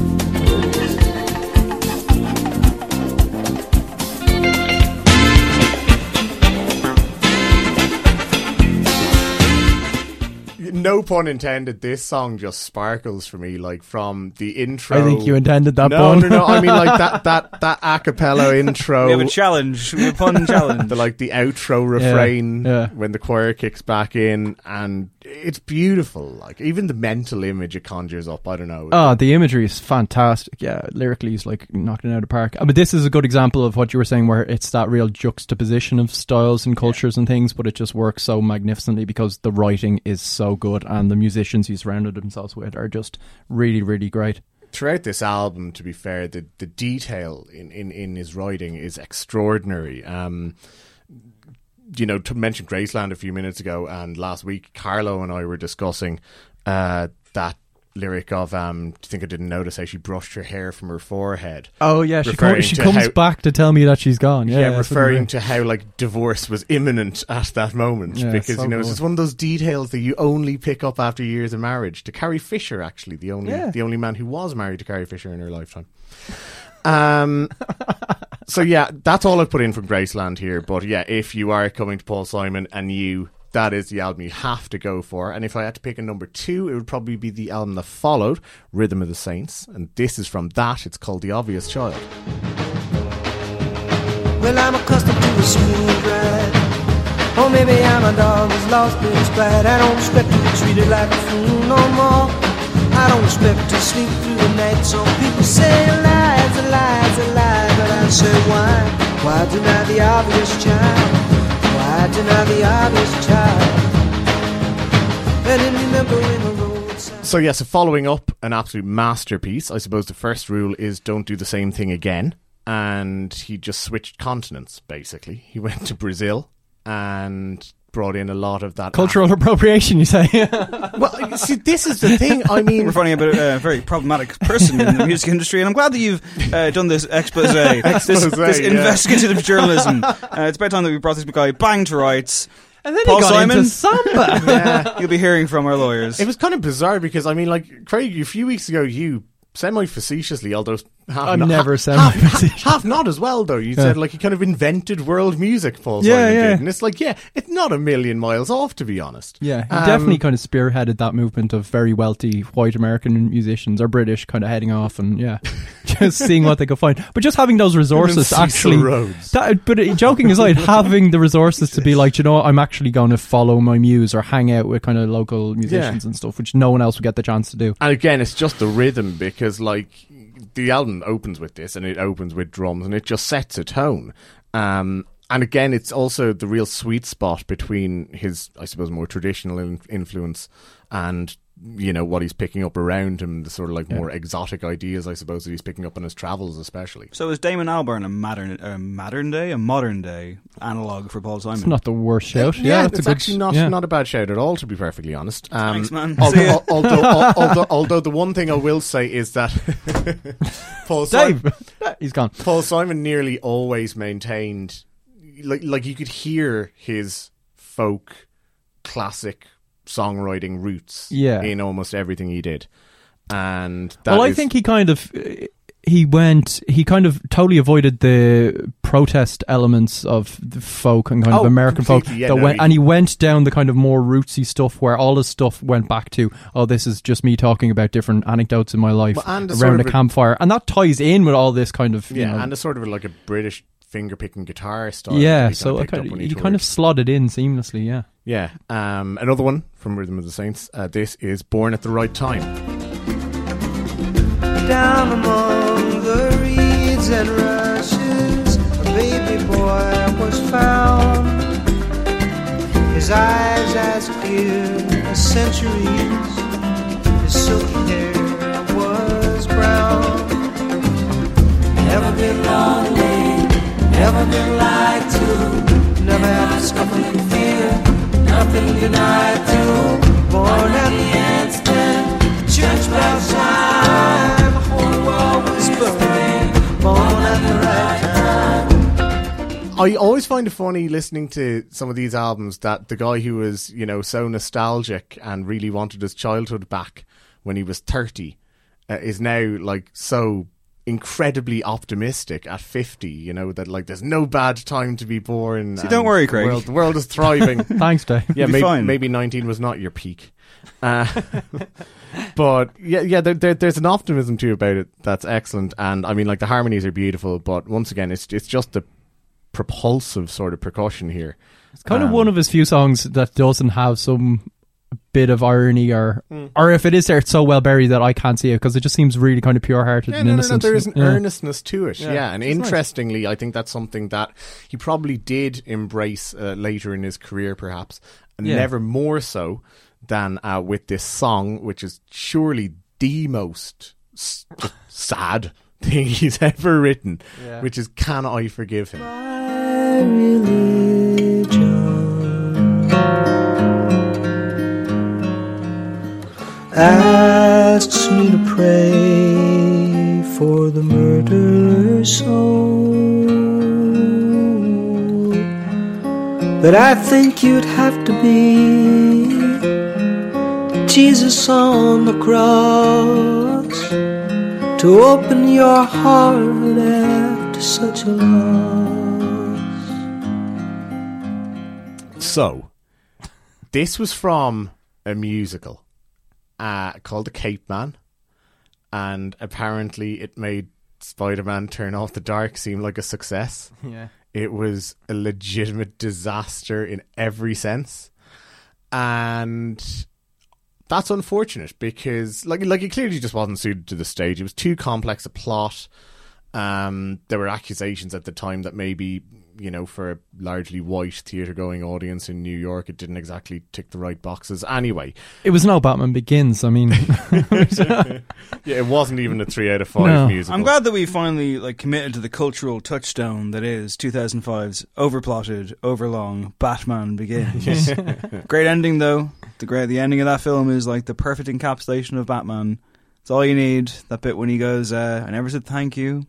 S5: no pun intended. This song just sparkles for me, like from the intro.
S4: I think you intended that
S5: No,
S4: pun.
S5: no, no. I mean, like that that that acapella intro.
S4: Oh.
S3: We have a challenge. We have a pun challenge.
S5: the like the outro refrain
S4: yeah.
S5: when the choir kicks back in, and it's beautiful. Like even the mental image it conjures up. I don't know.
S4: Oh, the imagery is fantastic. Yeah, lyrically, he's like knocking it out of the park. Uh, But this is a good example of what you were saying, where it's that real juxtaposition of styles and cultures and things, but it just works so magnificently because the writing is so good and the musicians he surrounded himself with are just really, really great.
S5: throughout this album, to be fair, the the detail in in, in his writing is extraordinary. Um, you know, to mention Graceland a few minutes ago, and last week Carlo and I were discussing uh, that lyric of um, "Do you think I didn't notice how she brushed her hair from her forehead?"
S4: Oh yeah, she,
S5: Referring
S4: comes she
S5: to
S4: comes
S5: how-
S4: back to tell me that she's gone. Yeah,
S5: yeah,
S4: that's what
S5: referring
S4: I'm-
S5: to how like divorce was imminent at that moment
S4: Yeah,
S5: because
S4: so
S5: you know it's
S4: good.
S5: just one of those details that you only pick up after years of marriage. To Carrie Fisher, actually, the only
S4: Yeah.
S5: the only man who was married to Carrie Fisher in her lifetime. Um. so yeah, that's all I've put in from Graceland here. But yeah, if you are coming to Paul Simon and you. That is the album you have to go for. And if I had to pick a number two, it would probably be the album that followed, Rhythm of the Saints. And this is from that. It's called The Obvious Child.
S7: Well, I'm accustomed to a smooth ride. Or maybe I'm a dog who's lost its pride. I don't expect to be treated like a fool no more. I don't expect to sleep through the night. Some people say lies, a lies, a lie. But I say why? Why deny the obvious child? Why deny the obvious child? And in remembering a roadside.
S5: So yeah, so following up an absolute masterpiece. I suppose the first rule is don't do the same thing again. And he just switched continents basically. He went to Brazil and brought in a lot of that
S4: cultural appropriation. You say?
S5: Well, see, this is the thing. I
S3: We're
S5: mean,
S3: finding a bit, uh, very problematic person in the music industry, and I'm glad that you've uh, done this expose, this,
S5: Expose,
S3: this
S5: yeah.
S3: investigative journalism. Uh, it's about time that we brought this guy bang to rights.
S4: and then
S3: Paul Simon?
S4: samba.
S5: yeah.
S3: You'll be hearing from our lawyers.
S5: it was kind of bizarre because I mean, like Craig, a few weeks ago, you semi facetiously, although half
S4: I'm
S5: not,
S4: never
S5: half,
S4: semi-facetious.
S5: half not as well though. You said like he kind of invented world music, Paul
S4: Yeah,
S5: Simon
S4: yeah.
S5: did, and it's like yeah, it's not a million miles off to be honest.
S4: Yeah, he
S5: Um,
S4: definitely kind of spearheaded that movement of very wealthy white American musicians or British kind of heading off and yeah, just seeing what they could find. But just having those resources
S5: Cecil
S4: actually.
S5: Rhodes.
S4: That, but uh, joking aside, having the resources to be like, "Do you know, what? I'm actually going to follow my muse or hang out with kind of local musicians and stuff, which no one else would get the chance to do.
S5: And again, it's just the rhythm because, like, the album opens with this, and it opens with drums, and it just sets a tone. Um, and again, it's also the real sweet spot between his, I suppose, more traditional in- influence and you know what he's picking up around him, the sort of like more exotic ideas, I suppose, that he's picking up on his travels, especially.
S3: So is Damon Albarn a modern, a modern day, a modern day analog for Paul Simon?
S4: It's not the worst shout.
S5: Yeah,
S4: Yeah, that's
S5: it's
S4: a good,
S5: actually not
S4: yeah.
S5: not a bad shout at all, to be perfectly honest. Um,
S3: Thanks, man. See ya.
S5: Although, although, al- although, although the one thing I will say is that Paul Simon,
S4: Dave, he's gone.
S5: Paul Simon nearly always maintained, like, like you could hear his folk classic songwriting roots
S4: Yeah.
S5: in almost everything he did. And that
S4: well, I
S5: is-
S4: think he kind of he went he kind of totally avoided the protest elements of the folk and kind
S5: Oh,
S4: of American folk
S5: completely, yeah,
S4: that
S5: no,
S4: went
S5: he-
S4: and he went down the kind of more rootsy stuff where all his stuff went back to oh this is just me talking about different anecdotes in my life
S5: Well, and a sort
S4: around
S5: of
S4: a
S5: a-
S4: campfire and that ties in with all this kind of you
S5: yeah,
S4: know,
S5: and a sort of like a British finger picking guitar style. that he
S4: yeah
S5: kinda
S4: so I
S5: picked up
S4: kind of,
S5: when he
S4: he
S5: toured.
S4: kind of slotted in seamlessly yeah
S5: Yeah. Um, another one from Rhythm of the Saints. Uh, this is Born at the Right Time.
S7: Down among the reeds and rushes, a baby boy was found. His eyes as clear as centuries, his silky hair was brown. Never been lonely, never been lied to, never had a scuffling fear, nothing denied to. Born at the instant, church bell chime, whole world whispering. Born at the right time.
S5: I always find it funny listening to some of these albums that the guy who was, you know, so nostalgic and really wanted his childhood back when he was 30 uh, is now like so incredibly optimistic at 50, you know, that like there's no bad time to be born.
S3: See, don't
S5: and
S3: worry,
S5: the
S3: Craig.
S5: world- the world is thriving.
S4: thanks Dave
S5: yeah,
S3: be
S5: maybe,
S3: fine.
S5: maybe 19 was not your peak. Uh, but yeah, yeah, there, there, there's an optimism too about it that's excellent. And I mean, like the harmonies are beautiful, but once again, it's it's just the propulsive sort of percussion here.
S4: It's kind of
S5: Um,
S4: one of his few songs that doesn't have some bit of irony or
S5: Hmm.
S4: or if it is there it's so well buried that I can't see it because it just seems really kind of pure hearted
S5: Yeah,
S4: and
S5: no, no, no,
S4: innocent.
S5: there is an
S4: Yeah.
S5: earnestness to it. Yeah,
S4: Yeah,
S5: and
S4: which is nice.
S5: interestingly, I think that's something that he probably did embrace uh, later in his career, perhaps, and
S4: Yeah.
S5: never more so than uh, with this song, which is surely the most s- sad thing he's ever written, which is "Can I Forgive Him."
S7: My religion asks me to pray for the murderer's soul. But I think you'd have to be Jesus on the cross to open your heart after such a loss.
S5: So, this was from a musical uh, called The Cape Man, and apparently it made Spider Man Turn Off the Dark seem like a success.
S4: Yeah.
S5: It was a legitimate disaster in every sense. And that's unfortunate because like like it clearly just wasn't suited to the stage. It was too complex a plot. Um, there were accusations at the time that maybe you know for a largely white theater going audience in New York, it didn't exactly tick the right boxes. Anyway,
S4: It was no Batman Begins. I mean,
S5: yeah, it wasn't even a three out of five
S4: No.
S5: musical.
S3: I'm glad that we finally like committed to the cultural touchstone that is 2005's overplotted, overlong Batman Begins. great ending though. The great the ending of that film is like the perfect encapsulation of Batman. It's all you need. That bit when he goes, uh, "I never said thank you,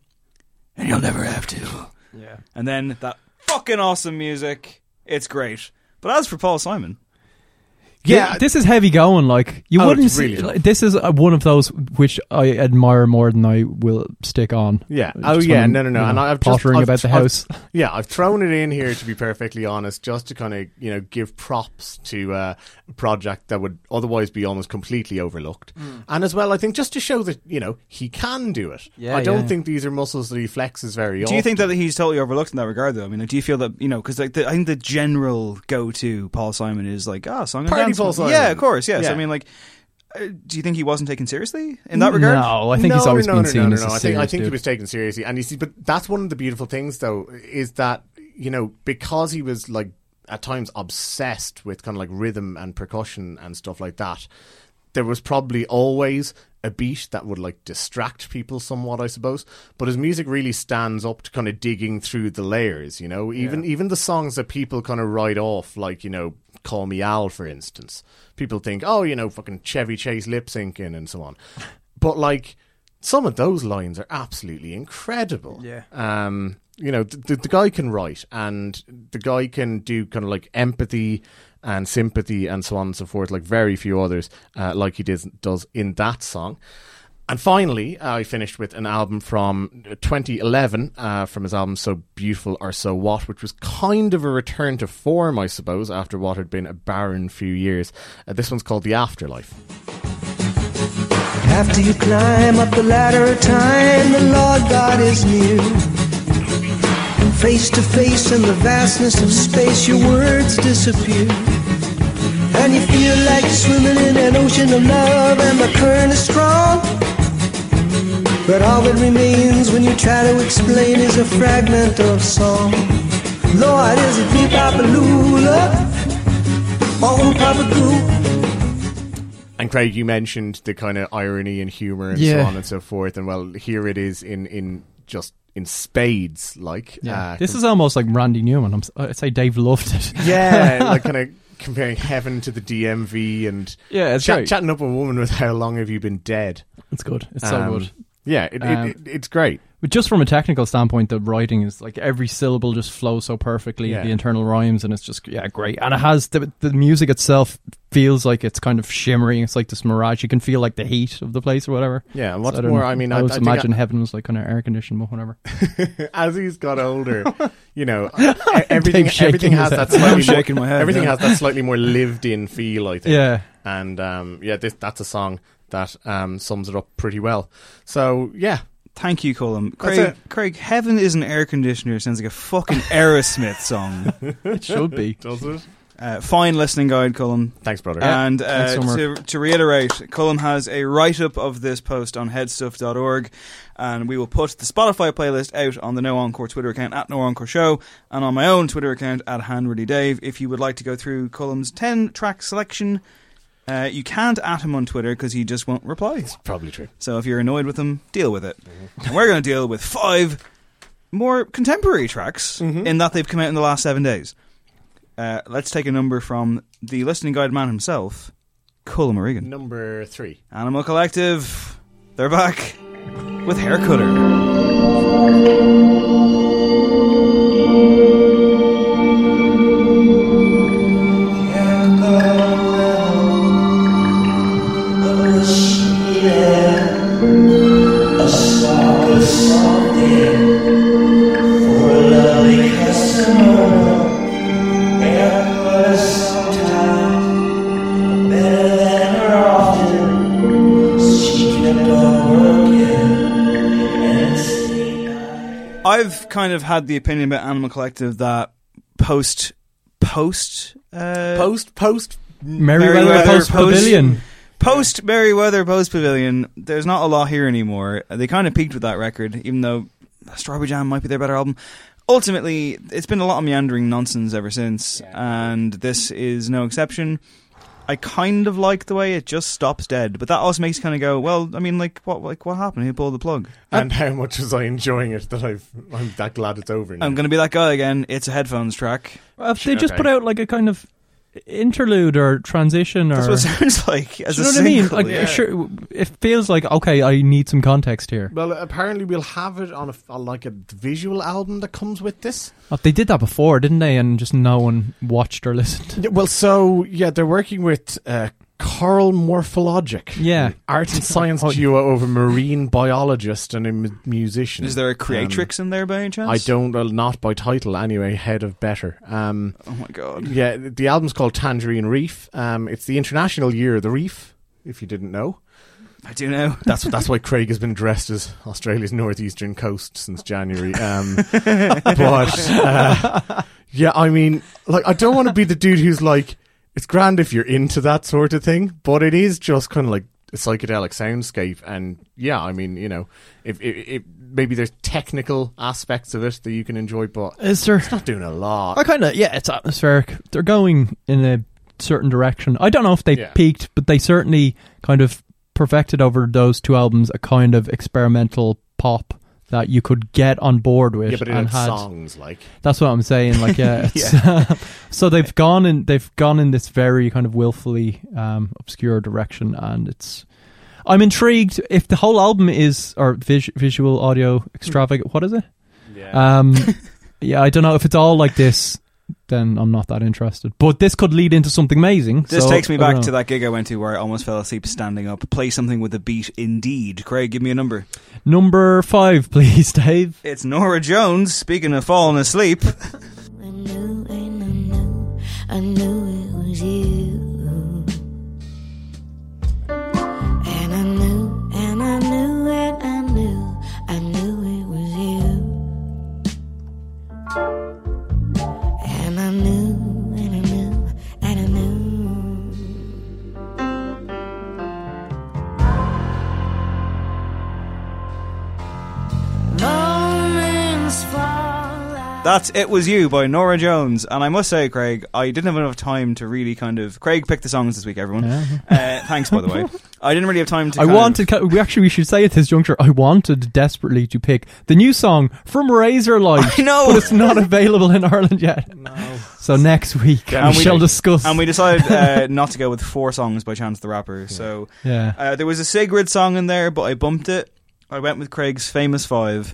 S3: and you'll never have to." Yeah. And then that fucking awesome music. It's great. But as for Paul Simon,
S5: Yeah.
S4: Th- this is heavy going. Like you
S5: Oh,
S4: wouldn't.
S5: it's really
S4: see-
S5: tough.
S4: like, this is uh, one of those which I admire more than I will stick on.
S5: Yeah.
S4: I
S5: Oh
S4: just
S5: yeah.
S4: wanna,
S5: No. No. No.
S4: you
S5: And
S4: know,
S5: I've just-
S4: pottering
S5: I've-
S4: about the
S5: I've-
S4: house.
S5: yeah, I've thrown it in here to be perfectly honest, just to kind of you know give props to uh, a project that would otherwise be almost completely overlooked,
S4: Mm.
S5: and as well, I think just to show that you know he can do it.
S4: Yeah,
S5: I don't
S4: yeah.
S5: think these are muscles that he flexes very often.
S3: Do you think that he's totally overlooked in that regard, though? I mean, like, do you feel that you know? Because like, the, I think the general go-to Paul Simon is like, ah, song and
S5: Party Paul
S3: dance man."
S5: Simon.
S3: Yeah, of course. Yes,
S5: Yeah.
S3: I mean, like, Uh, do you think he wasn't taken seriously in that regard?
S4: No, I think he's always been seen as a
S5: I think I think
S4: serious
S5: he
S4: dude.
S5: was taken seriously, and you see, but that's one of the beautiful things, though, is that you know because he was like at times obsessed with kind of like rhythm and percussion and stuff like that. There was probably always a beat that would like distract people somewhat, I suppose. But his music really stands up to kind of digging through the layers, you know. Even even the songs that people kind of write off, like you know, "Call Me Al," for instance. People think, oh, you know, fucking Chevy Chase lip syncing and so on. But like some of those lines are absolutely incredible.
S3: Yeah.
S5: Um, you know, th- the, the guy can write and the guy can do kind of like empathy and sympathy and so on and so forth, like very few others, uh, like he does, does in that song. And finally, I finished with an album from 2011 uh, from his album So Beautiful or So What, which was kind of a return to form, I suppose, after what had been a barren few years. Uh, this one's called The Afterlife.
S7: After you climb up the ladder of time, the Lord God is near. And face to face in the vastness of space, your words disappear. And you feel like you're swimming in an ocean of love, and the current is strong. But all that remains when you try to explain is a fragment of song. Lord, is it me, Papa Lula? Oh, Papa Goo.
S5: And Craig, you mentioned the kind of irony and humor and so
S4: Yeah.
S5: on and so forth, and well, here it is in in just in spades, like
S4: Yeah.
S5: uh,
S4: this is almost like Randy Newman. I'm, s- I'd say Dave loved it.
S5: yeah, like kind of comparing heaven to the DMV and
S4: Yeah, it's
S5: chat,
S4: great.
S5: chatting up a woman with how long have you been dead?
S4: It's good. It's so
S5: Um,
S4: good.
S5: Yeah, it,
S4: Um,
S5: it, it, it's great.
S4: But just from a technical standpoint, the writing is like every syllable just flows so perfectly.
S5: Yeah.
S4: The internal rhymes and it's just yeah, great. And it has the the music itself feels like it's kind of shimmering. It's like this mirage. You can feel like the heat of the place or whatever.
S5: Yeah, and
S4: So
S5: what's
S4: don't
S5: more,
S4: know.
S5: I mean, I,
S4: I always
S5: I think
S4: imagine heaven was like kind of air conditioned, but whatever.
S5: as he's got older, you know, e- everything
S4: shaking
S5: everything
S4: his
S5: has
S4: head.
S5: that slightly
S3: I'm shaking
S5: more,
S3: my head,
S5: everything
S3: yeah.
S5: has that slightly more lived in feel. I think.
S4: Yeah.
S5: and um, yeah, this, that's a song that um, sums it up pretty well. So yeah,
S3: Thank you, Colum.
S5: That's
S3: Craig,
S5: it.
S3: Craig, heaven is an air conditioner sounds like a fucking Aerosmith song.
S4: It should be.
S5: does it?
S3: Uh, fine listening guide, Colum.
S5: Thanks, brother.
S3: And uh,
S4: Thanks,
S3: to,
S4: Omar.
S3: to reiterate, Colin has a write up of this post on headstuff.org, and we will put the Spotify playlist out on the No Encore Twitter account at No Encore Show and on my own Twitter account at Hanrudy Dave. If you would like to go through Colin's 10 track selection, uh, you can't at him on Twitter because he just won't reply.
S5: Probably true.
S3: So if you're annoyed with him, deal with it. And we're going to deal with five more contemporary tracks in that they've come out in the last seven days. Uh, let's take a number from the listening guide man himself, Colin Morrigan.
S5: Number three.
S3: Animal Collective, they're back with Hair Cutter. I've kind of had the opinion about Animal Collective that post post uh,
S5: Post post.
S4: Merryweather
S3: Merryweather
S4: Post
S3: Post-
S4: Pavilion.
S3: Post Merryweather, post Pavilion, there's not a lot here anymore. They kind of peaked with that record, even though Strawberry Jam might be their better album. Ultimately, it's been a lot of meandering nonsense ever since, and this is no exception. I kind of like the way it just stops dead, but that also makes you kind of go, well, I mean, like what, like what happened? Who pulled the plug?
S5: And how much was I enjoying it that I've, I'm that glad it's over now.
S3: I'm gonna be that guy again. It's a headphones track.
S4: Well, if they just
S5: Okay.
S4: put out like a kind of interlude or transition or
S3: That's what it sounds like. As
S4: Do you
S3: a
S4: know what I mean?
S3: single,
S4: Like,
S3: yeah.
S4: sure, it feels like okay. I need some context here.
S5: well, apparently we'll have it on a, on like a visual album that comes with this.
S4: Oh, they did that before, didn't they? And just no one watched or listened.
S5: Yeah, well, so yeah, they're working with uh, Carl Morphologic,
S4: Yeah.
S5: art and science duo of a marine biologist and a mu- musician.
S3: Is there a creatrix in there by any chance?
S5: Um, I don't, well, not by title anyway. Head of better. Um,
S3: Oh my god.
S5: yeah, the album's called Tangerine Reef. Um, it's the International Year of the Reef. If you didn't know,
S3: I do know.
S5: that's that's why Craig has been dressed as Australia's northeastern coast since January. Um, but uh, yeah, I mean, like, I don't want to be the dude who's like, it's grand if you're into that sort of thing, but it is just kind of like a psychedelic soundscape. And yeah, I mean, you know, if, if, if maybe there's technical aspects of it that you can enjoy, but
S4: Is there?
S5: it's not doing a lot.
S4: I kind of yeah, it's atmospheric. They're going in a certain direction. I don't know if they
S5: Yeah.
S4: peaked, but they certainly kind of perfected over those two albums a kind of experimental pop that you could get on board with
S5: yeah, but it
S4: and
S5: had
S4: had
S5: songs like
S4: That's what I'm saying. Like, yeah. it's- so they've gone in. They've gone in this very kind of willfully um, obscure direction, and it's. I'm intrigued if the whole album is or vis- visual audio extravagant. What is it? Yeah. Um, yeah, I don't know if it's all like this. Then I'm not that interested. But this could lead into something amazing.
S3: This
S4: so
S3: takes me
S4: I don't
S3: back to
S4: know.
S3: that gig I went to where I almost fell asleep standing up. Play something with a beat, indeed. Craig, give me a number.
S4: number five, please, Dave.
S3: It's Nora Jones. Speaking of falling asleep,
S8: I knew and I knew, I knew it was you. And I knew, and I knew, and I knew, I knew it was you. And I knew, and I knew, and I knew. Moments fall out.
S3: that's It Was You by Nora Jones. And I must say, Craig, I didn't have enough time to really kind of. Craig picked the songs this week, everyone. Uh, thanks, by the way. I didn't really have time to.
S4: I
S3: kind of-
S4: wanted. We actually, we should say at this juncture, I wanted desperately to pick the new song from Razorlight.
S3: I know.
S4: but it's not available in Ireland yet. No. So next week we, shall discuss.
S3: And we decided uh, not to go with four songs by Chance the Rapper. So
S4: yeah,
S3: uh, there was a Sigrid song in there, but I bumped it. I went with Craig's famous five,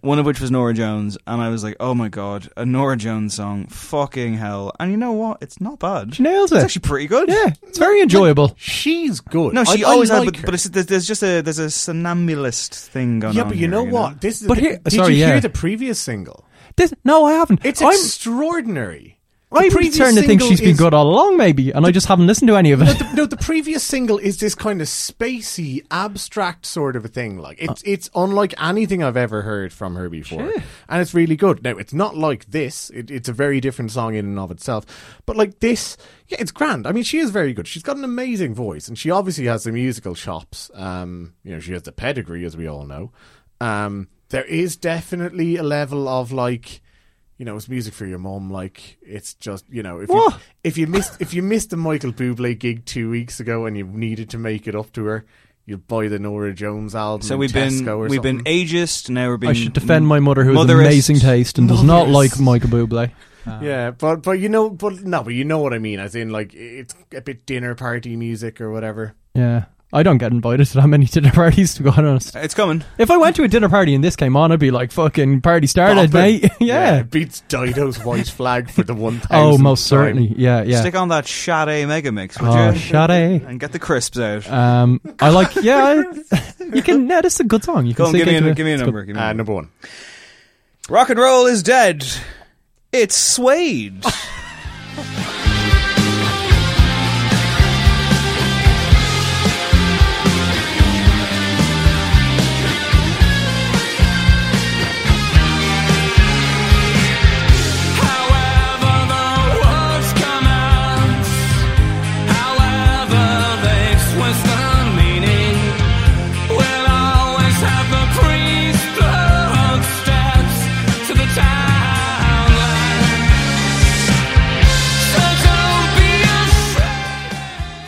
S3: one of which was Nora Jones, and I was like, "Oh my god, a Nora Jones song! Fucking hell!" And you know what? It's not bad.
S4: she nails
S3: it's
S4: it.
S3: actually pretty good.
S4: yeah, it's very enjoyable.
S5: she's good.
S3: No, she
S5: I- I
S3: always had,
S5: like
S3: but,
S5: her.
S3: but it's, there's, there's just a there's a somnambulist thing going
S5: yeah,
S3: on.
S5: but you know
S3: here,
S5: what? This is
S4: But
S5: the,
S4: here-
S5: did
S4: sorry,
S5: you hear
S4: yeah.
S5: the previous single?
S4: This, no, I haven't.
S5: It's
S4: I'm.
S5: extraordinary. The
S4: I'm
S5: previous
S4: starting to think
S5: single
S4: she's been
S5: is-
S4: good all along, maybe, and I just haven't listened to any of it.
S5: No, the, no, the previous single is this kind of spacey, abstract sort of a thing. Like it's it's unlike anything I've ever heard from her before, and it's really good. Now it's not like this; it, it's a very different song in and of itself. But like this, yeah, it's grand. I mean, she is very good. She's got an amazing voice, and she obviously has the musical chops. Um, you know, she has the pedigree, as we all know. Um, there is definitely a level of like. You know, it's music for your mom. Like it's just, you know, if you,
S4: What?
S5: if you missed if you missed the Michael Bublé gig two weeks ago and you needed to make it up to her, you'll buy the Nora Jones album.
S3: So
S5: in
S3: we've
S5: Tesco or
S3: been we've been
S5: something.
S3: ageist. Now we're being
S4: I should defend my mother, who has
S3: Motherist.
S4: amazing taste and does not like
S5: Motherist.
S4: Michael Bublé.
S5: yeah, but but you know, but no, but you know what I mean. As in, like it's a bit dinner party music or whatever.
S4: Yeah, I don't get invited to that many dinner parties. To be quite honest,
S3: It's coming.
S4: If I went to a dinner party and this came on, I'd be like, "Fucking party started,
S5: Bop it.
S4: mate!" yeah.
S5: it beats Dido's White Flag for the one thousand.
S4: Oh, most certainly. Yeah, yeah.
S3: Stick on that Sade mega mix, would
S4: oh,
S3: you?
S4: Sade.
S3: and get the crisps out.
S4: Um, I like. Yeah, I- you can. Yeah, that's a good song. You can
S3: Go on,
S4: stick
S3: give me
S4: it to
S3: a,
S4: a-
S3: give me a
S4: it's
S3: number. Give me a
S5: Uh, number
S3: number.
S5: one.
S3: Rock and roll is dead. It's suede.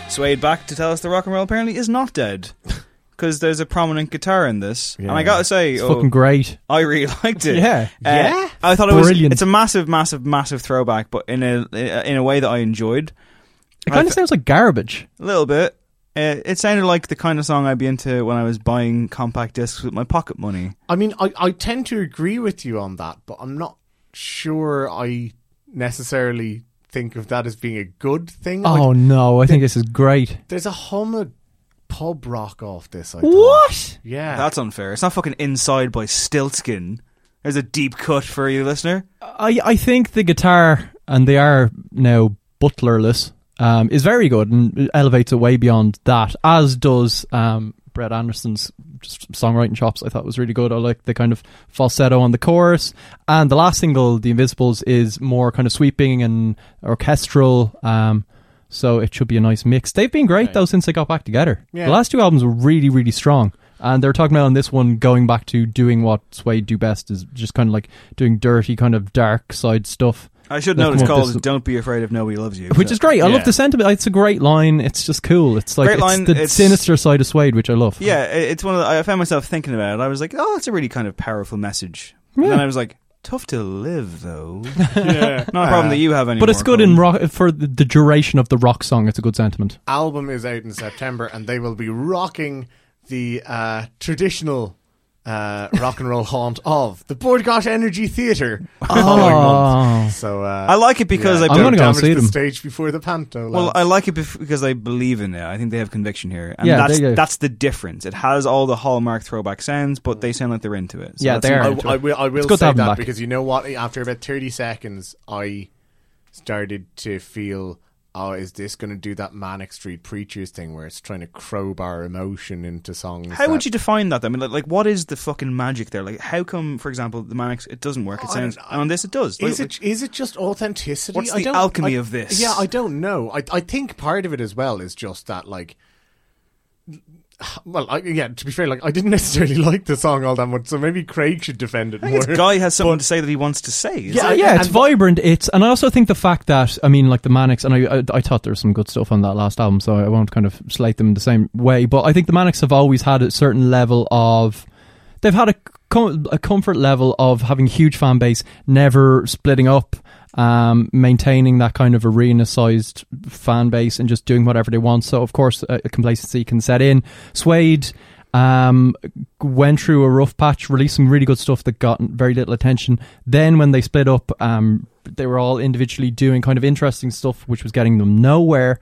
S3: Suede back to tell us the rock and roll apparently is not dead. Because there's a prominent guitar in this, and I gotta say, oh,
S4: fucking great.
S3: I really liked it.
S4: Yeah.
S3: Uh,
S5: Yeah?
S3: I thought it was.
S4: Brilliant.
S3: It's a massive, massive, massive throwback, but in a in a way that I enjoyed
S4: It kind
S3: I-
S4: of sounds like garbage.
S3: a little bit. Uh, it sounded like the kind of song I'd be into when I was buying compact discs with my pocket money.
S5: I mean, I, I tend to agree with you on that, but I'm not sure I necessarily think of that as being a good thing. Like,
S4: Oh no, I think this is great.
S5: There's a hum of pub rock off this. I thought.
S4: What?
S5: Yeah,
S3: That's unfair. It's not fucking Inside by Stiltskin. There's a deep cut for you, listener.
S4: I I think the guitar and they are now butlerless. Um, is very good and elevates it way beyond that. As does um, Brett Anderson's just songwriting chops. I thought was really good. I like the kind of falsetto on the chorus. And the last single, The Invisibles, is more kind of sweeping and orchestral. Um, So it should be a nice mix. They've been great though since they got back together.
S5: Yeah.
S4: The last two albums were really, really strong. And they're talking about on this one going back to doing what Suede do best is just kind of like doing dirty, kind of dark side stuff.
S3: I should
S4: They've
S3: note it's
S4: come up
S3: called
S4: with this-
S3: "Don't Be Afraid if Nobody Loves You,"
S4: which is great. I
S3: Yeah.
S4: love the sentiment. It's a great line. It's just cool. It's like
S3: Great
S4: it's
S3: line,
S4: the
S3: it's-
S4: sinister side of Suede, which I love.
S3: Yeah, i- it's one of the, I found myself thinking about it. I was like, "Oh, that's a really kind of powerful message," and then I was like, "Tough to live though." Not a
S5: Uh,
S3: problem e- that you have anymore. um,
S4: But it's good
S3: Colin.
S4: in rock for the the duration of the rock song. It's a good sentiment.
S5: album is out in September, and they will be rocking the uh, traditional uh, rock and roll haunt of the Borgosh Energy Theatre. the following month. So uh,
S3: I like it because I
S4: Oh. I'm
S5: don't
S4: gonna go
S5: damage
S4: and see
S5: the
S4: them.
S5: stage before the panto.
S3: Well,
S5: lads.
S3: I like it bef- because I believe in it. I think they have conviction here, and
S4: Yeah,
S3: that's
S4: they do.
S3: that's the difference. It has all the hallmark throwback sounds, but they sound like they're into it. So
S4: Yeah,
S3: that's
S4: they are.
S5: I,
S3: important.
S5: I will. I will
S4: good to
S5: say
S4: have 'em
S5: that
S4: back.
S5: because you know what? After about thirty seconds, I started to feel. Oh, is this going to do that manic street preachers thing where it's trying to crowbar emotion into songs?
S3: How would
S5: that-
S3: you define that? though? I mean, like, like, what is the fucking magic there? Like, how come, for example, the Manics it doesn't work? It
S5: Oh, I
S3: sounds
S5: don't know.
S3: and on this it does.
S5: Is
S3: Like,
S5: it is it just authenticity?
S3: What's
S5: I
S3: the
S5: don't-
S3: alchemy
S5: I-
S3: of this?
S5: Yeah, I don't know. I I think part of it as well is just that like. Well, I, yeah. To be fair, like I didn't necessarily like the song all that much, so maybe Craig should defend it
S3: I think
S5: more.
S3: this guy has something to say that he wants to say. It's
S4: yeah,
S3: like-
S4: yeah, it's
S5: and-
S4: vibrant. It's and I also think the fact that I mean, like the Manics, and I, I, I thought there was some good stuff on that last album, so I won't kind of slate them the same way. But I think the Manics have always had a certain level of they've had a, com- a comfort level of having a huge fan base, never splitting up, um, maintaining that kind of arena sized fan base and just doing whatever they want. So, of course, uh, complacency can set in. Suede um, went through a rough patch, released some really good stuff that got very little attention. Then, when they split up, um, they were all individually doing kind of interesting stuff, which was getting them nowhere.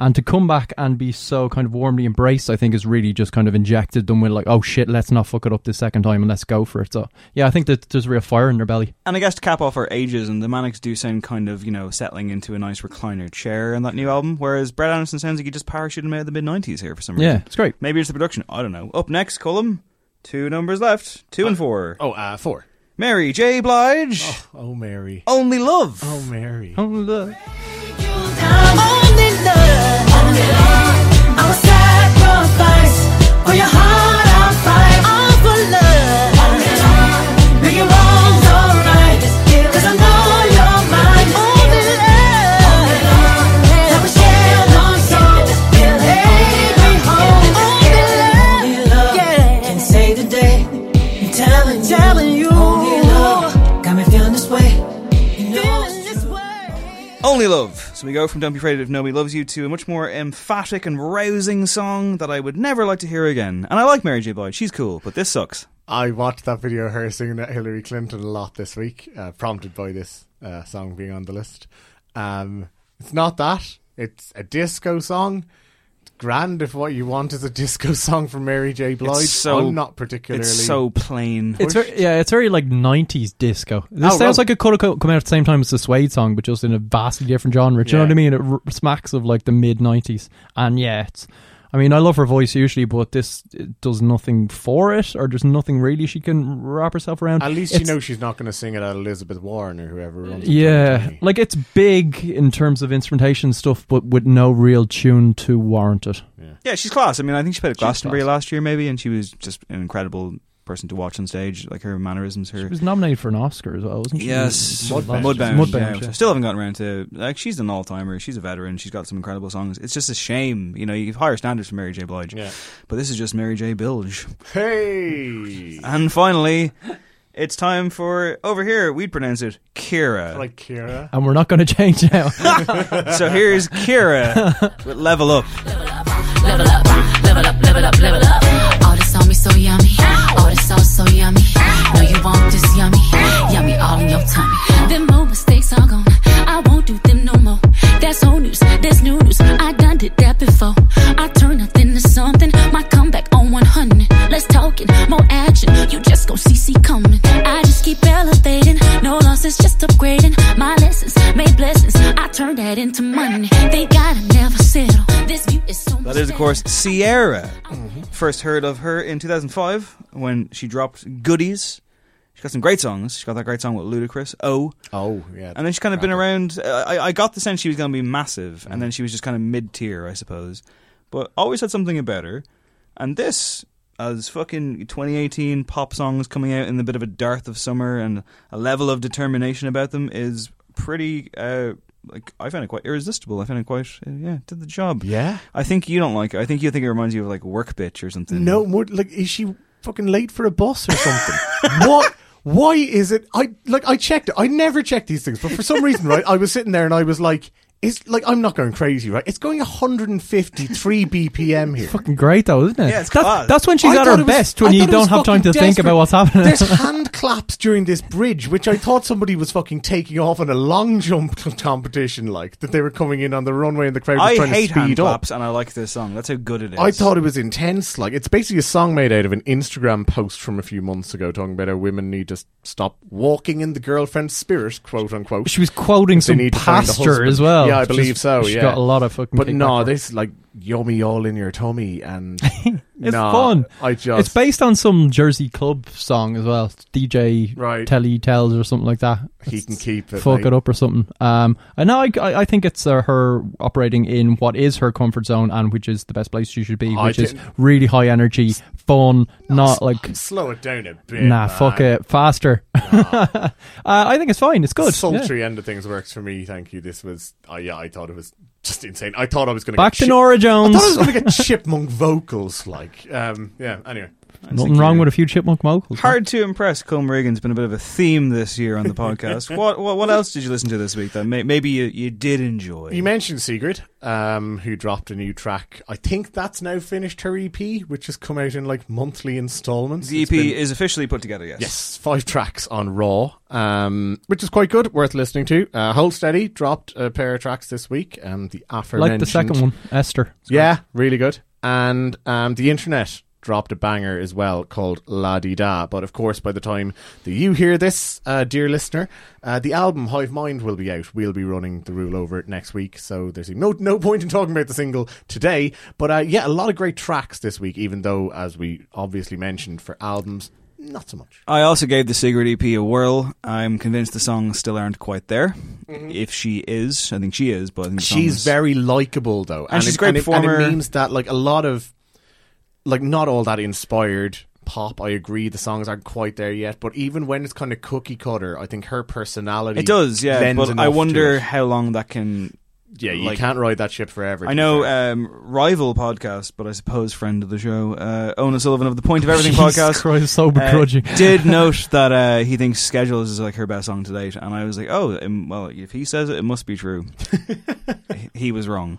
S4: And to come back and be so kind of warmly embraced, I think, has really just kind of injected them with like, oh shit, let's not fuck it up this second time and let's go for it. So yeah, I think that there's real fire in their belly.
S3: And I guess to cap off our ageism, the Manics do sound kind of, you know, settling into a nice recliner chair on that new album, whereas Brett Anderson sounds like he just parachuted him out of the mid 90s here for some reason.
S4: Yeah, it's great.
S3: Maybe it's the production. I don't know. Up next, Cullum. Two numbers left. Two and four.
S5: oh, uh, four.
S3: Mary J. Blige.
S5: Oh, Mary.
S3: Only Love.
S5: Oh, Mary.
S4: Oh, look.
S8: Only love, only love. I'll sacrifice for your heart. I'll fight all for love, only love. Make your wrongs alright, 'cause I know you're mine. Only love, only love. That we share long souls, take me home. Only love, yeah. Can save the day. I'm telling, telling you. Only love got me feeling this way. Feeling this way.
S3: Only Love. So we go from Don't Be Afraid If Nobody Loves You to a much more emphatic and rousing song that I would never like to hear again. And I like Mary J. Blige. She's cool, but this sucks.
S5: I watched that video of her singing at Hillary Clinton a lot this week, uh, prompted by this uh, song being on the list. Um, it's not that. It's a disco song. It's grand if what you want is a disco song from Mary J. Blige.
S3: It's so-
S5: I'm not particularly.
S3: It's so plain.
S4: It's very, yeah, it's very like '90s disco. This
S5: Oh, right.
S4: sounds like it could have co- come out at the same time as the Suede song, but just in a vastly different genre. Do you know what I mean? It r- smacks of like the mid '90s, and yeah, it's. I mean, I love her voice usually, but this it does nothing for it, or there's nothing really she can wrap herself around.
S5: At least you
S4: It's-
S5: know she's not going to sing it at Elizabeth Warren or whoever runs. the
S4: Yeah,
S5: company.
S4: like it's big in terms of instrumentation stuff, but with no real tune to warrant it.
S3: Yeah, she's class. I mean, I think she played at Glastonbury
S4: class.
S3: last year, maybe, and she was just an incredible person to watch on stage. Like her mannerisms,
S4: She
S3: her
S4: was nominated for an Oscar as well, wasn't she?
S3: yes,
S4: Mudbound.
S3: Mudbound. yeah,
S4: Mudbound,
S3: which I
S4: yeah.
S3: Still haven't gotten around to like she's an all timer. She's a veteran. She's got some incredible songs. It's just a shame, you know. You have higher standards for Mary J. Blige,
S5: Yeah.
S3: but this is just Mary J. Bilge.
S5: Hey.
S3: And finally, it's time for over here. We'd pronounce it Kira.
S5: Like Kira.
S4: And we're not going to change now.
S3: so here's Kira with Level Up.
S8: Level up, level up, level up, level up. All this on me so yummy. All this sauce so yummy. No, you want this yummy. Yummy all in your tummy. Them old mistakes are gone. I won't do them no more. That's old news, that's new news. I done did that before. I turn nothing to something. My comeback on 100. Let's talk it, more action. You just gon' see, see coming. I just keep elevating. No losses, just upgrading. My lessons made blessings. I turn that into money. They gotta never settle. This view is so
S3: That is, of course, Sierra. First heard of her in 2005 when she dropped Goodies. She's got some great songs. She got that great song with Ludacris. Oh,
S5: oh yeah.
S3: And then she's kind of been around. uh, I, I got the sense she was going to be massive, and
S5: Mm.
S3: then she was just kind of mid tier, I suppose. But always had something about her. And this, as fucking 2018 pop songs coming out in a bit of a dearth of summer and a level of determination about them, is pretty. Uh, like I found it quite irresistible. I found it quite uh, yeah, did the job.
S5: Yeah.
S3: I think you don't like it. I think you think it reminds you of like work bitch or something.
S5: No, more like is she fucking late for a bus or something? what? Why is it? I like I checked. it. I never checked these things, but for some reason, right? I was sitting there and I was like, "It's like I'm not going crazy, right? It's going 153 BPM here."
S4: Fucking great though, isn't it?
S3: Yeah, it's
S4: that's,
S3: class.
S4: that's when she's
S5: I
S4: at
S5: thought
S4: her
S5: it was-
S4: best
S5: I
S4: when you
S5: thought it was
S4: don't have time to
S5: fucking
S4: think about what's
S5: desperate.
S4: happening.
S5: There's hand claps during this bridge, which I thought somebody was fucking taking off on a long jump competition, like that they were coming in on the runway and the crowd was
S3: I
S5: trying
S3: hate
S5: to speed
S3: hand
S5: up.
S3: claps, and I like this song. That's how good it is.
S5: I thought it was intense. Like it's basically a song made out of an Instagram post from a few months ago talking about how women need to s- stop walking in the girlfriend spirit, quote unquote.
S4: she was quoting
S5: They
S4: some
S5: need to find a
S4: pastor
S5: husband.
S4: as well.
S5: Yeah, I
S4: She's-
S5: believe so.
S4: She
S5: yeah,
S4: got a lot of fucking.
S5: But no,
S4: kickback.
S5: this like yummy all in your tummy, and it's
S4: It's fun.
S5: I just
S4: it's based on some Jersey club song as well. It's DJ
S5: Right.
S4: Telly Tells or something like that.
S5: he can keep it.
S4: fuck
S5: mate.
S4: it up or something. Um, and now I, I, I think it's uh, her operating in what is her comfort zone and which is the best place she should be,
S5: I
S4: which is
S5: didn't-
S4: really high energy, fun, not like
S5: Slow it down a bit.
S4: nah, fuck
S5: man.
S4: it, faster. uh, I think it's fine. It's good.
S5: Sultry
S4: yeah.
S5: end of things works for me. Thank you. This was, I yeah, I thought it was just insane. I thought I was going
S4: Back to
S5: get
S4: Nora Jones.
S5: I thought I was going to get chipmunk vocals. Like, um, yeah. Anyway,
S4: Nothing wrong with a few chipmunk vocals.
S3: Hard to impress. Colm Reagan's been a bit of a theme this year on the podcast. what, what what else did you listen to this week that may, maybe you, you did enjoy?
S5: you mentioned Sigrid, um, who dropped a new track. I think that's now finished her EP, which has come out in like monthly installments.
S3: the EP
S5: It's been-
S3: is officially put together. Yes.
S5: Yes, five tracks on Raw, um, which is quite good, worth listening to. Uh, Hold Steady dropped a pair of tracks this week, and the aforementioned
S4: Like the second one, Esther.
S5: Yeah, really good. And um, the internet dropped a banger as well called La Di Da. But of course, by the time that you hear this, uh, dear listener, uh, the album Hive Mind will be out. We'll be running the rule over it next week. So there's no, no point in talking about the single today. But uh, yeah, a lot of great tracks this week, even though, as we obviously mentioned, for albums, not so much.
S3: I also gave the Sigrid EP a whirl. I'm convinced the songs still aren't quite there. If she is, I think she is, but I think the
S5: Mm-hmm. She's
S3: songs-
S5: very likable though, and,
S3: she's a
S5: it,
S3: great
S5: and, it, and it
S3: performer.
S5: means that like a lot of like not all that inspired pop. I agree, the songs aren't quite there yet, but even when it's kind of cookie cutter, I think her personality
S3: It does, yeah.
S5: lends
S3: But
S5: enough
S3: I
S5: to
S3: wonder
S5: it.
S3: how long that can.
S5: Yeah, you
S3: like-
S5: can't ride that ship forever.
S3: I
S5: to be
S3: know
S5: fair.
S3: um, rival podcast, but I suppose friend of the show, uh, Ona Sullivan of the Point of Everything
S4: Jesus
S3: podcast,
S4: Christ, so begrudging.
S3: did note that uh, he thinks Schedules is like her best song to date, and I was like, oh, um, well, if he says it, it must be true. He- he was wrong.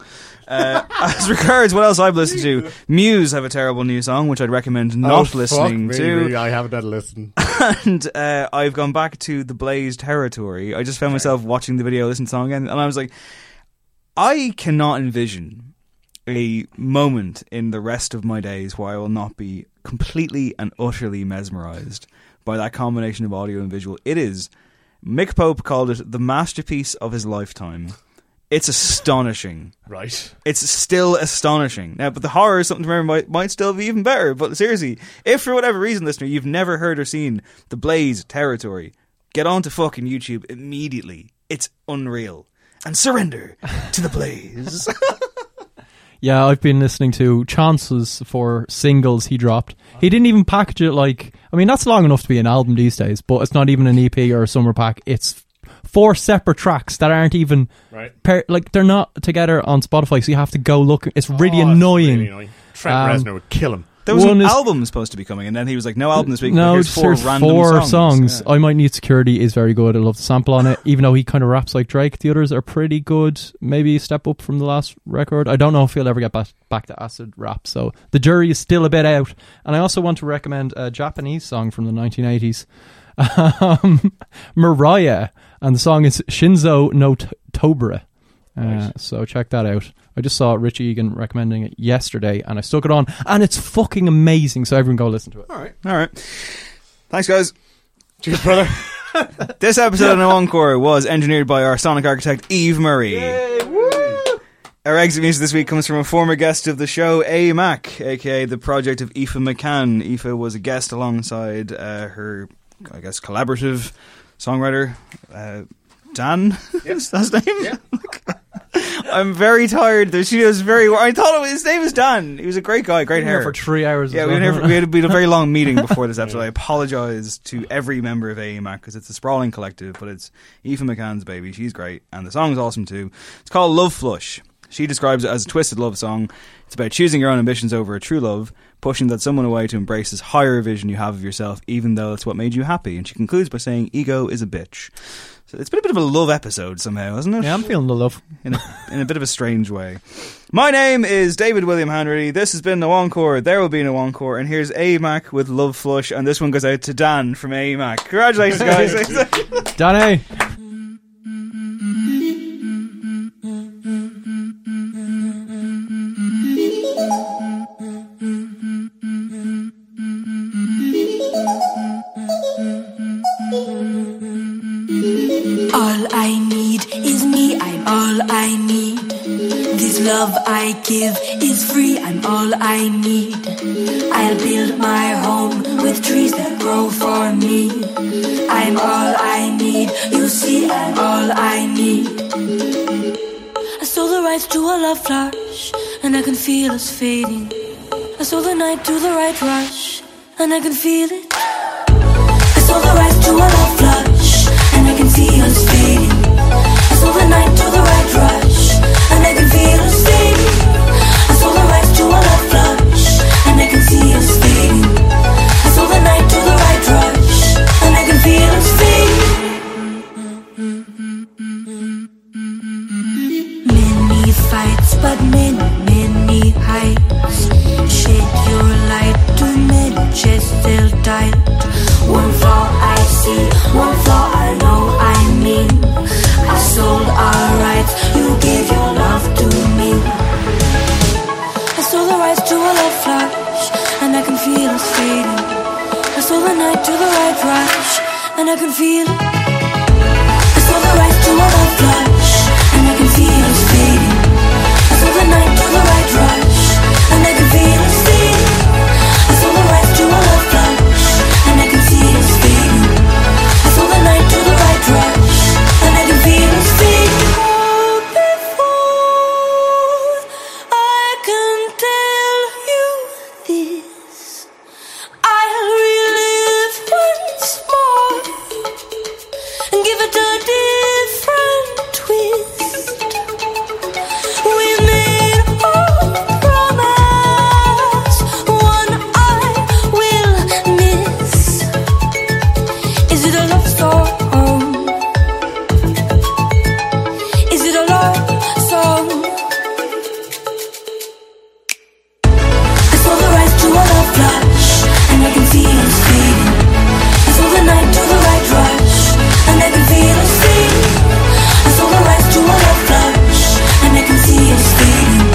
S3: Uh, as regards what else I've listened to, Muse have a terrible new song, which I'd recommend
S5: Oh,
S3: not
S5: fuck
S3: listening
S5: me,
S3: to.
S5: really, I haven't had a listen.
S3: And uh, I've gone back to the Blaze territory. I just found myself watching the video, listening to the song again, and I was like, I cannot envision a moment in the rest of my days where I will not be completely and utterly mesmerized by that combination of audio and visual. It is. Mick Pope called it the masterpiece of his lifetime. It's astonishing.
S5: right.
S3: It's still astonishing. Now, but the horror is something to remember might, might still be even better. But seriously, if for whatever reason, listener, you've never heard or seen The Blaze Territory, get onto fucking YouTube immediately. It's unreal. And surrender to The Blaze.
S4: Yeah, I've been listening to chances for singles he dropped. He didn't even package it like I mean that's long enough to be an album these days, but it's not even an EP or a summer pack. It's four separate tracks that aren't even
S5: Right.
S4: pair- like they're not together on Spotify, so you have to go look. It's really
S5: Oh, it's
S4: annoying.
S5: really annoying. Trent
S4: Um,
S5: Reznor would kill him.
S3: There was
S4: One
S3: an
S4: is-
S3: album supposed to be coming, and then he was like, no album this week. but
S4: No,
S3: here's
S4: just
S3: four
S4: there's
S3: random
S4: four
S3: songs.
S4: songs.
S3: Yeah.
S4: I might need security is very good. I love the sample on it, even though he kind of raps like Drake. The others are pretty good. Maybe a step up from the last record. I don't know if he'll ever get back back to acid rap. So the jury is still a bit out. And I also want to recommend a Japanese song from the 1980s, um, Mariah, and the song is Shinzo no T- Tobra. Uh, So check that out. I just saw Richie Egan recommending it yesterday, and I stuck it on, and it's fucking amazing. So everyone go listen to it.
S3: All right. Thanks, guys.
S5: Cheers, brother.
S3: This episode of No Encore was engineered by our sonic architect, Eve Murray. Our exit music this week comes from a former guest of the show, A Mac, aka the project of Aoife McCann. Aoife was a guest alongside uh, her I guess, collaborative songwriter, uh, Dan. is that his name? I'm very tired. The studio's very. I thought it, his name was Dan. He was a great guy, great
S4: Been here
S3: hair.
S4: for three hours
S3: Yeah,
S4: as
S3: we had,
S4: well.
S3: here for- we had we had a very long meeting before this episode. I apologize to every member of AEMAC because it's a sprawling collective, but it's Aoife McCann's baby. She's great, and the song's awesome too. It's called Love Flush. She describes it as a twisted love song. It's about choosing your own ambitions over a true love, pushing that someone away to embrace this higher vision you have of yourself, even though it's what made you happy. And she concludes by saying, "Ego is a bitch." So it's been a bit of a love episode somehow, hasn't it?
S4: Yeah, I'm feeling the love.
S3: in a, in a bit of a strange way. My name is David William Hanratty. This has been No Encore. There will be No Encore. And here's AMAC with Love Flush. And this one goes out to Dan from AMAC. Congratulations, guys.
S4: Danny.
S9: All I need is me, I'm all I need. This love I give is free, I'm all I need. I'll build my home with trees that grow for me. I'm all I need, you see, I'm all I need. I sold the rights to a love flash, and I can feel us fading. I sold the night to the right rush, and I can feel it. I sold the rights to a love flash, and I can see us fading. I sold the night to the right rush, and I can feel us fading. I sold the rights to a love flash, and I can see us fading. I sold the night to the right rush, and I can feel us fading. Many fights, but many, many heights. Shed your light to many chests still tight. One flaw I see, one flaw I know I mean. I sold our rights, you gave your love to me. I sold the rights to a love flash, and I can feel us fading. I sold the night to the right rush, and I can feel. I sold the rights to a love flash, and I can feel us fading. I saw the night to the right rush, and I can feel it fading. I saw the rise to a love flash, and I can see it fading. I saw the night to the right rush, and I can feel it fading. Oh, before I can tell you this, I'll relive once more and give it a different twist. We made a promise, one I will miss. Is it a love song? um, Is it a love song? I saw the rise to a love flash, and I can feel it fading. I saw the night to the right rush, and I can feel it fading. I saw the rise to a love flash, and I can see it fading.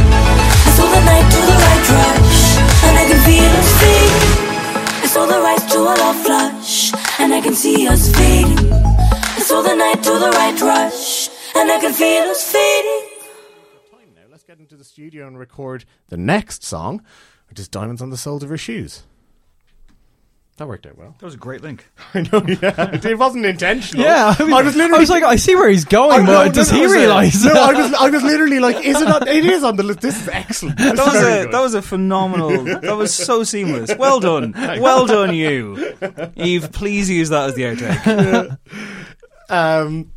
S9: I saw the night to the right rush, and I can feel it fading. I saw the rise to a love flash, and I can see us fading. I saw the night to the right rush, and I can feel us fading.
S5: Let's get into the studio and record the next song, which is Diamonds on the Soles of Her Shoes. That worked out well.
S3: That was a great link.
S5: I know, yeah. It wasn't intentional.
S4: Yeah, Oh. I was, literally. I was like, I see where he's going,
S5: I-
S4: but
S5: no,
S4: does
S5: no,
S4: he
S5: no,
S4: realize?
S5: No, I was, I was literally like, is it on? It is on the list. This is excellent.
S3: That was, a, that was a phenomenal. That was so seamless. Well done. Well done, you. Eve, please use that as the outtake.
S5: Um,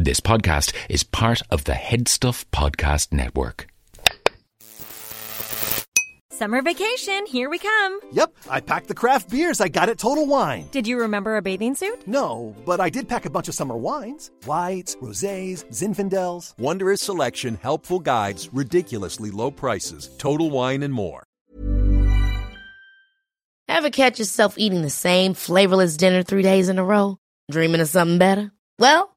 S10: This podcast is part of the Head Stuff Podcast Network.
S11: Summer vacation, here we come.
S12: Yep, I packed the craft beers I got at Total Wine.
S11: Did you remember a bathing suit?
S12: No, but I did pack a bunch of summer wines whites, rosés, Zinfandels.
S13: Wondrous selection, helpful guides, ridiculously low prices, total wine and more.
S14: Ever catch yourself eating the same flavorless dinner three days in a row? Dreaming of something better? Well,